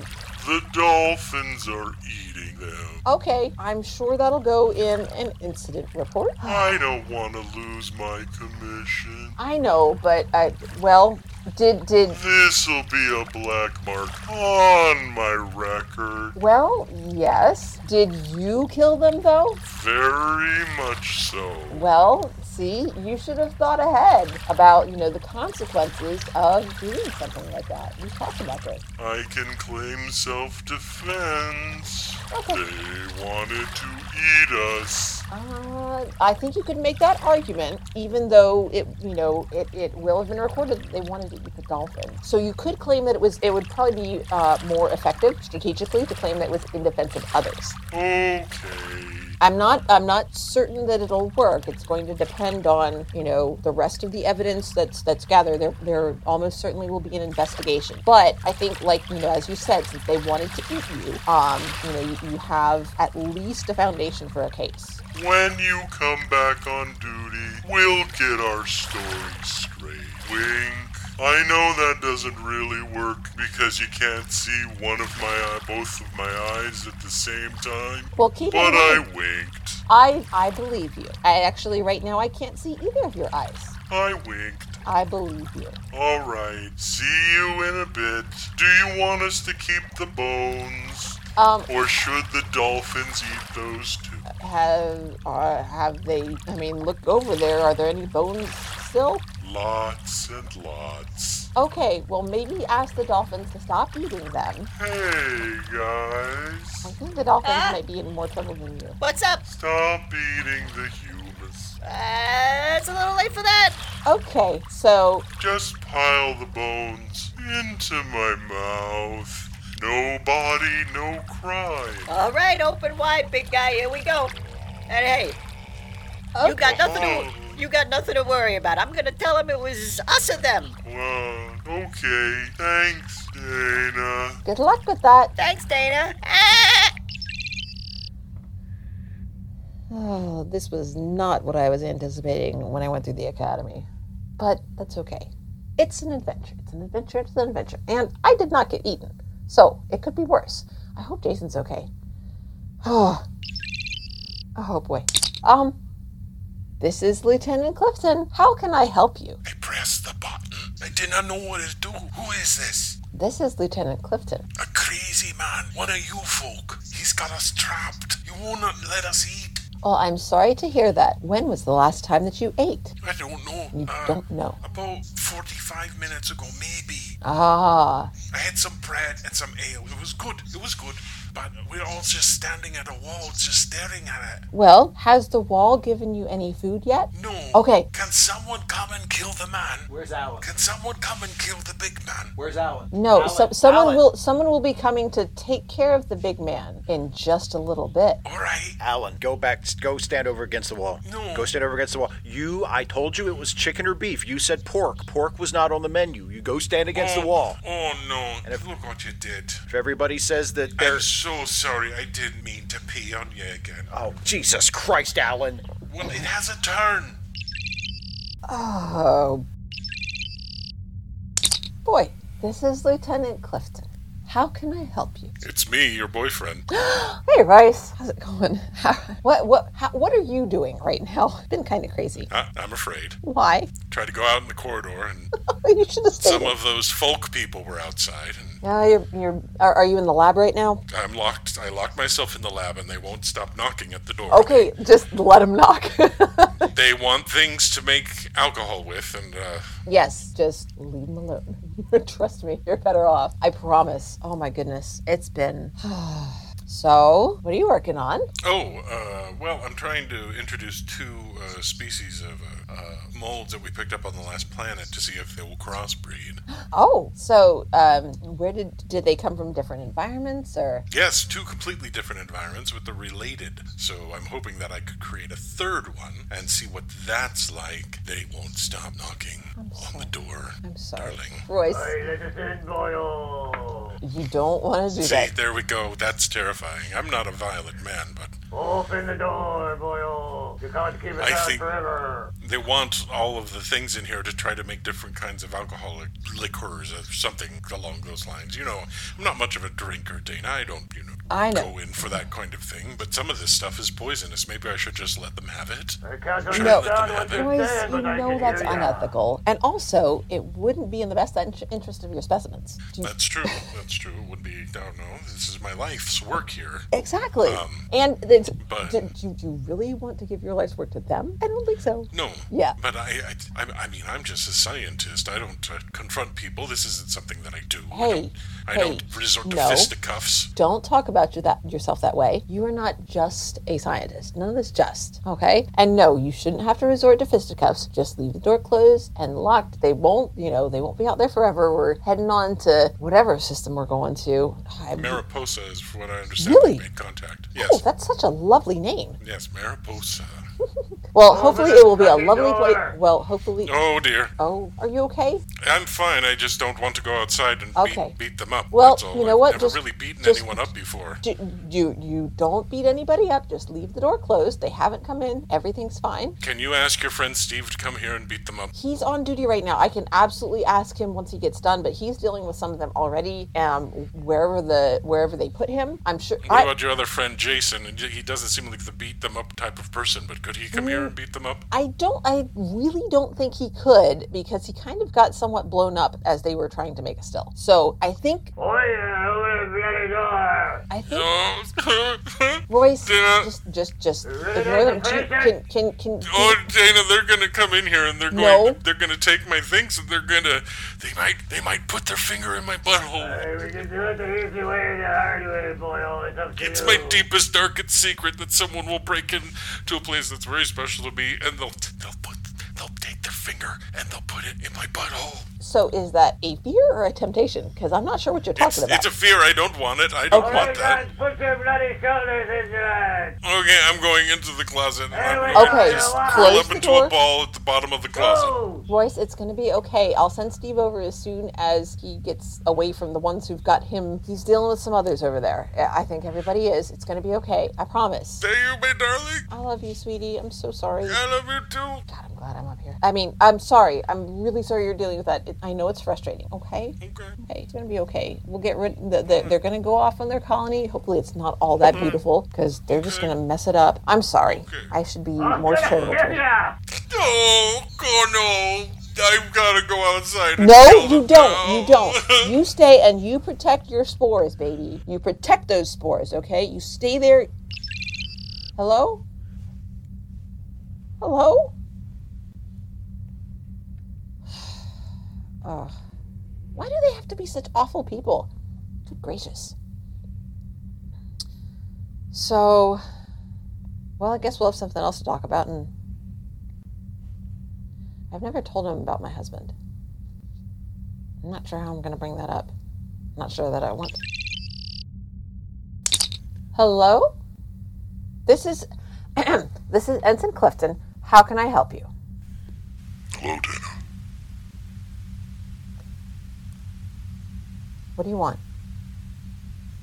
The dolphins are e-, eating them.
Okay, I'm sure that'll go in an incident report.
I don't want to lose my commission.
I know, but I well, did did
This'll be a black mark on my record.
Well, yes. Did you kill them though?
Very much so.
Well, see, you should have thought ahead about, you know, the consequences of doing something like that. We talked about this.
I can claim self defense.
Okay.
They wanted to eat us.
Uh, I think you could make that argument, even though it, you know, it, it will have been recorded that they wanted to eat the dolphin. So you could claim that it was, it would probably be uh, more effective strategically to claim that it was in defense of others.
Okay.
I'm not I'm not certain that it'll work. It's going to depend on, you know, the rest of the evidence that's that's gathered. There there almost certainly will be an investigation. But I think like, you know, as you said, since they wanted to eat you, um, you know, you, you have at least a foundation for a case.
When you come back on duty, we'll get our story straight. Wink. I know that doesn't really work because you can't see one of my eye, both of my eyes at the same time.
Well, keep in
But I
mind-
winked.
I I believe you. I actually right now I can't see either of your eyes.
I winked.
I believe you.
All right. See you in a bit. Do you want us to keep the bones?
Um
Or should the dolphins eat those too?
have uh, have they I mean, look over there. Are there any bones still?
Lots and lots.
Okay, well, maybe ask the dolphins to stop eating them.
Hey,
I
guys.
think the dolphins
Ah.
might be in more trouble than you.
What's up?
Stop eating the humans.
Uh, it's a little late for that.
Okay, so
Just pile the bones into my mouth. No body, no crime.
All right, open wide, big guy. Here we go. And hey, you got nothing to you got nothing to worry about. I'm gonna tell him it was us or them.
Well, okay. Thanks, Dana.
good luck with that.
Thanks, Dana. Ah!
Oh, this was not what I was anticipating when I went through the academy. But that's okay. It's an adventure. It's an adventure. It's an adventure. And I did not get eaten. So it could be worse. I hope Jason's okay. Oh, oh boy. Um, this is Lieutenant Clifton. How can I help you?
I pressed the button. I did not know what to do. Who is this?
This is Lieutenant Clifton.
A crazy man. One of you folk. He's got us trapped. You won't let us eat.
Well, I'm sorry to hear that. When was the last time that you ate?
I don't know.
You
Uh,
don't know.
About 45 minutes ago, maybe.
Ah,
I had some bread and some ale. It was good. It was good. But we're all just standing at a wall, just staring at it.
well, has the wall given you any food yet?
No.
Okay.
Can someone come and kill the man?
Where's Alan?
Can someone come and kill the big man?
Where's Alan?
No,
Alan,
so, someone
Alan.
will someone will be coming to take care of the big man in just a little bit.
All right.
Alan, go back. Go stand over against the wall.
No.
Go stand over against the wall. You, I told you it was chicken or beef. You said pork. Pork was not on the menu. You go stand against the wall.
Oh no!
if-
Look what you did.
If everybody says that
I'm
there's.
so sorry. I didn't mean to pee on you again.
Oh, Jesus Christ, Alan.
Well, it has a turn.
Oh boy, this is Lieutenant Clifton. How can I help
(gasps)
you?
It's me, your boyfriend.
(gasps) Hey Rice, how's it going? (laughs) How, what what how, what are you doing right now? (laughs) Been kind of crazy.
I, I'm afraid.
Why?
Tried to go out in the corridor, and
(laughs) you should have stayed.
some of those folk people were outside. And
Yeah, you're, you're are, are you in the lab right now?
I'm locked. I locked myself in the lab, and they won't stop knocking at the door.
Okay, just let him knock. (laughs)
They want things to make alcohol with, and uh,
Yes, just leave him alone. (laughs) Trust me, you're better off. I promise. Oh my goodness, it's been. (sighs) so, what are you working on?
Oh, uh, well, I'm trying to introduce two uh, species of uh, uh, molds that we picked up on the last planet to see if they will crossbreed.
Oh, so um, where did did they come from? Different environments, or
Yes, two completely different environments, but they're related. So I'm hoping that I could create a third one and see what that's like. They won't stop knocking on the door,
I'm sorry,
darling.
Royce, you don't want to do
See,
that.
there we go. That's terrifying. I'm not a violent man, but
Open the door, Boyle. You can't keep it
I
down
think-
forever.
they want all of the things in here to try to make different kinds of alcoholic liquors or something along those lines. You know, I'm not much of a drinker, Dana. I don't, you know,
I know.
go in for that kind of thing. But some of this stuff is poisonous. Maybe I should just let them have it.
I can't
Should
No.
I let them have it?
Royce,
understand,
you
but I
know
can
that's
hear ya.
unethical, and also it wouldn't be in the best int- interest of your specimens. Do you-
That's true. That's true. It would be. I don't know. This is my life's work here.
exactly,
Um,
and it's,
but-
do, do you really want to give your life's work to them? I don't think so.
No.
Yeah.
But I, I, I, I mean, I'm just a scientist. I don't uh, confront people. This isn't something that I do. I
Hey,
don't, I
hey,
don't resort to
no.
fisticuffs.
Don't talk about you that yourself that way. You are not just a scientist. None of this just, okay? And no, you shouldn't have to resort to fisticuffs. Just leave the door closed and locked. They won't, you know, they won't be out there forever. We're heading on to whatever system we're going to. I'm-
Mariposa is what I understand.
Really?
they Made contact. Yes.
oh, that's such a lovely name.
Yes, Mariposa.
Well, hopefully it will be a
fucking
lovely place.
door.
Well, hopefully.
Oh dear.
Oh, are you okay?
I'm fine. I just don't want to go outside and
Okay.
beat, beat them up.
Well,
That's all.
you know
I've
what?
Never
Just-
really beaten
just-
anyone up before.
Do, you you don't beat anybody up. Just leave the door closed. They haven't come in. Everything's fine.
Can you ask your friend Steve to come here and beat them up?
he's on duty right now. I can absolutely ask him once he gets done, but he's dealing with some of them already. Um, wherever the wherever they put him, I'm sure.
What
I,
about your other friend Jason? And He doesn't seem like the beat them up type of person, but could he come
Mm.
here and beat them up?
I don't. I really don't think he could because he kind of got somewhat blown up as they were trying to make a still.
Oh,
So I think.
Open the bloody door.
I think.
No.
voice.
Yeah.
Just, just, just ignore them. Do you- Can, can, can,
Oh, Dana, they're gonna come in here and they're going.
No.
To, they're gonna take my things and they're gonna. They might. They might put their finger in my butthole.
We can do it the easy way or the hard way, boy. It's up to
It's
you.
my deepest, darkest secret that someone will break in to a place that's very special to me, and they'll they'll put they'll take their finger and they'll put it in my butthole.
so is that a fear or a temptation? Because I'm not sure what you're talking about.
It's a fear. I don't want it. I don't
Okay.
want that.
Put your bloody shoulders in your eyes.
Okay, I'm going into the closet. And I'm
Okay,
gonna just
close
curl up
the
into
door.
a ball at the bottom of the closet.
Oh,
Royce, it's going to be okay. I'll send Steve over as soon as he gets away from the ones who've got him. He's dealing with some others over there. I I think everybody is. It's going to be okay. I promise.
Say you, my darling.
I love you, sweetie. I'm so sorry.
I love you too.
God, I'm glad I'm up here. I mean, I'm sorry. I'm really sorry you're dealing with that. It, I know it's frustrating. Okay.
Okay.
Okay. It's gonna be okay. We'll get rid. The, the, they're gonna go off on their colony. Hopefully, it's not all
Mm-hmm.
that beautiful because they're just gonna mess it up. I'm sorry. I should be more charitable. to you.
(laughs) Yeah.
Oh, oh no. I've got to go outside. and
No,
kill
you
them
don't.
now.
You
(laughs)
don't. You stay and you protect your spores, baby. You protect those spores, okay? You stay there. Hello? Hello? (sighs) Ugh. why do they have to be such awful people? Good gracious. So, well, I guess we'll have something else to talk about. And I've never told him about my husband. I'm not sure how I'm going to bring that up. I'm not sure that I want. Hello? This is (clears throat) this is Ensign Clifton. How can I help you?
Hello, Dana.
What do you want?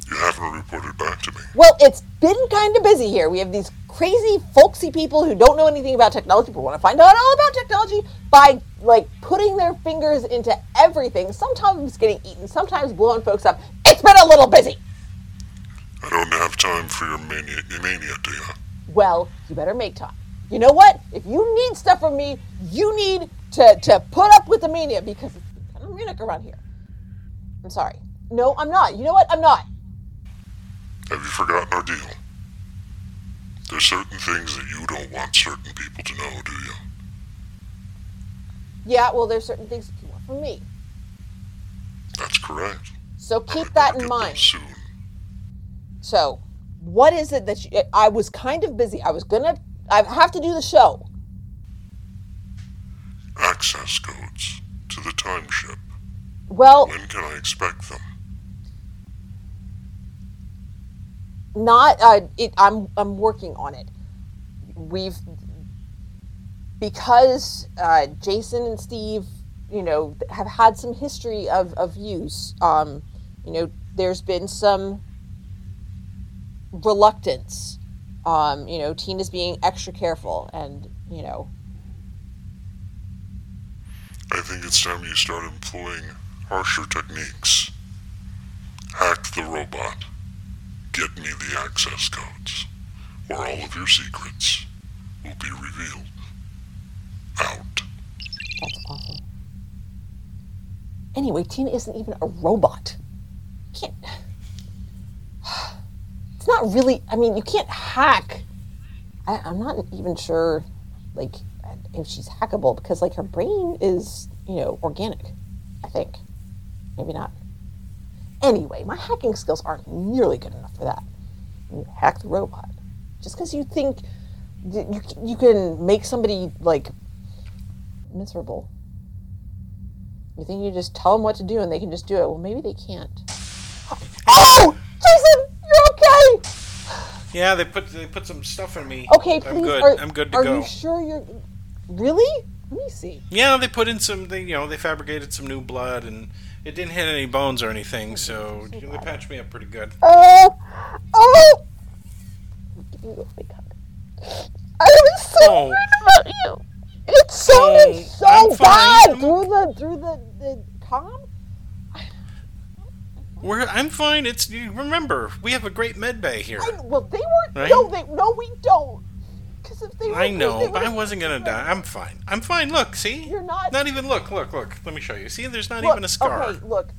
You haven't reported back to me.
Well, it's been kind of busy here. We have these crazy folksy people who don't know anything about technology but want to find out all about technology by like putting their fingers into everything. Sometimes getting eaten, sometimes blowing folks up. It's been a little busy.
I don't have time for your mania, your mania Dana.
Well, you better make time. You know what? If you need stuff from me, you need to, to put up with the mania because it's kind of manic around here. I'm sorry. No, I'm not. You know what? I'm not.
Have you forgotten our deal? There's certain things that you don't want certain people to know, do you?
Yeah, well, there's certain things that you want from me.
That's correct.
So keep that in mind.
Soon.
So, what is it that you, I was kind of busy? I was gonna, I have to do the show.
Access codes to the time ship.
Well,
When can I expect them?
not uh, it i'm i'm working on it we've because uh, jason and steve you know have had some history of of use um you know there's been some reluctance um you know tina's being extra careful and you know
I think it's time you start employing harsher techniques. Hack the robot. Get me the access codes, or all of your secrets will be revealed. Out.
that's awful anyway tina isn't even a robot You can't (sighs) it's not really i mean you can't hack I, i'm not even sure like if she's hackable because like her brain is you know organic i think maybe not anyway my hacking skills aren't nearly good enough for that you hack the robot just because you think that you, c- you can make somebody like miserable you think you just tell them what to do and they can just do it well maybe they can't oh jason you're okay
Yeah, they put they put some stuff in me.
Okay, please.
I'm good.
Are,
I'm good to
are
go.
you sure you're? Really? Let me see.
Yeah, they put in some. They, you know, they fabricated some new blood, and it didn't hit any bones or anything. So you know, they patched me up pretty good.
Oh, oh! I'll give you a big hug. I was so
Oh.
worried about you. It sounded
I'm
so
fine.
bad through the through the, the com.
We're, I'm fine. It's you remember we have a great med bay here.
I, well, they weren't.
Right?
No, they no, we don't. Because if they were,
I
good,
know,
they
but I
would've-
wasn't gonna die. I'm fine. I'm fine. Look, see,
You're not-
Not even look. Look, look. Let me show you. See, there's not
Look,
even a scar.
Okay, look.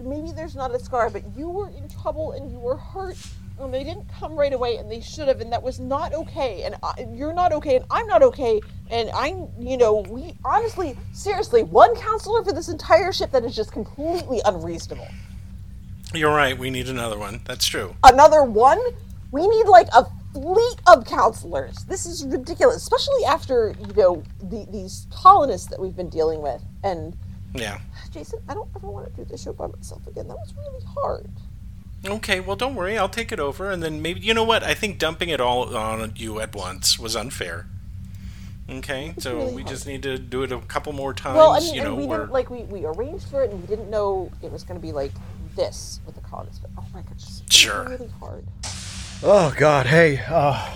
Maybe there's not a scar, but you were in trouble and you were hurt, Well, they didn't come right away, and they should have, and that was not okay. And I, you're not okay, and I'm not okay, and I'm, you know, we honestly, seriously, one counselor for this entire ship that is just completely unreasonable.
You're right. We need another one. That's true.
Another one? We need like a fleet of counselors. This is ridiculous, especially after you know the, these colonists that we've been dealing with. And (sighs)
Yeah.
Jason, I don't ever want to do this show by myself again. That was really hard.
Okay, well, don't worry. I'll take it over, and then maybe you know what? I think dumping it all on you at once was unfair. Okay, so
really
we
hard.
just need to do it a couple more times.
well, I mean,
you know,
and we
we're-
didn't like we, we arranged for it, and we didn't know it was going to be like this with the colonists. But oh my gosh, it was
Sure.
really hard.
Oh God! Hey. Uh,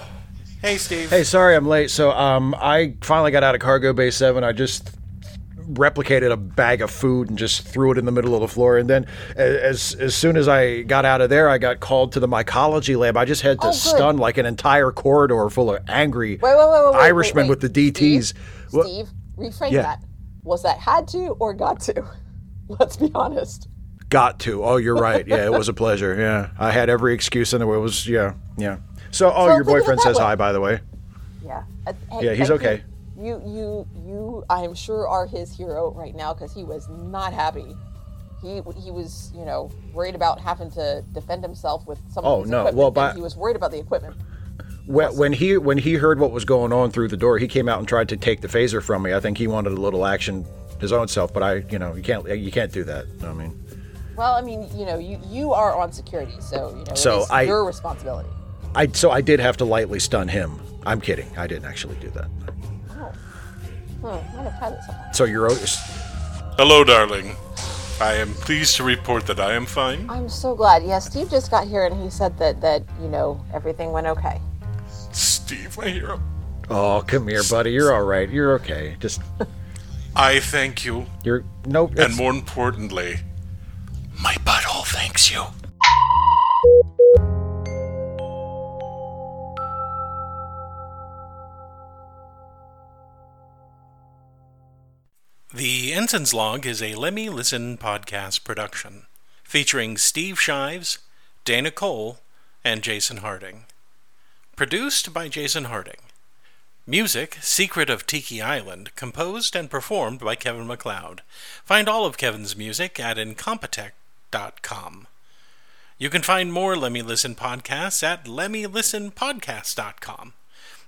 hey, Steve.
Hey, sorry I'm late. So, um, I finally got out of Cargo Bay Seven. I just replicated a bag of food and just threw it in the middle of the floor. And then, a- as as soon as I got out of there, I got called to the mycology lab. I just had to
Oh, good.
stun like an entire corridor full of angry
Wait, wait, wait, wait, wait, wait,
Irishmen
wait.
with the DTS. Wha-
Steve, reframe
Yeah.
that. Was that had to or got to? (laughs) Let's be honest.
Got to. Oh, you're right. Yeah, it was a pleasure. Yeah, I had every excuse in the world. It was yeah, yeah. So, oh,
So
your
think of it
boyfriend
that
says
way.
hi, by the way.
Yeah. Uh, hey,
Yeah, he's
thank
okay.
You, you, you, you. I am sure are his hero right now because he was not happy. He he was, you know, worried about having to defend himself with some.
Oh,
of his
no.
equipment,
Well,
and
by-
he was worried about the equipment.
When, when he when he heard what was going on through the door, he came out and tried to take the phaser from me. I think he wanted a little action his own self, but I, you know, you can't you can't do that. I mean,
Well, I mean, you know, you you are on security, so you know, it
So
is
I-
your responsibility.
I so I did have to lightly stun him. I'm kidding. I didn't actually do that.
Oh. Hmm. Might have had it somewhere.
So you're o-
Hello, darling. I am pleased to report that I am fine.
I'm so glad. Yeah, Steve just got here and he said that that you know everything went okay.
Steve, my hero.
oh come here, buddy. You're all right. You're okay. Just
I thank you.
you're no.
And more importantly, my butthole thanks you.
The Ensign's Log is a Lemmy Listen podcast production featuring Steve Shives, Dana Cole, and Jason Harding. Produced by Jason Harding. Music, Secret of Tiki Island, composed and performed by Kevin McLeod. Find all of Kevin's music at incompetech.com. You can find more Lemmy Listen podcasts at lemmylistenpodcast.com.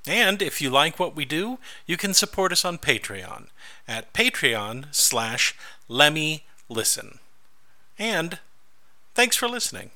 And if you like what we do, you can support us on Patreon at patreon slash lemmylisten. And thanks for listening.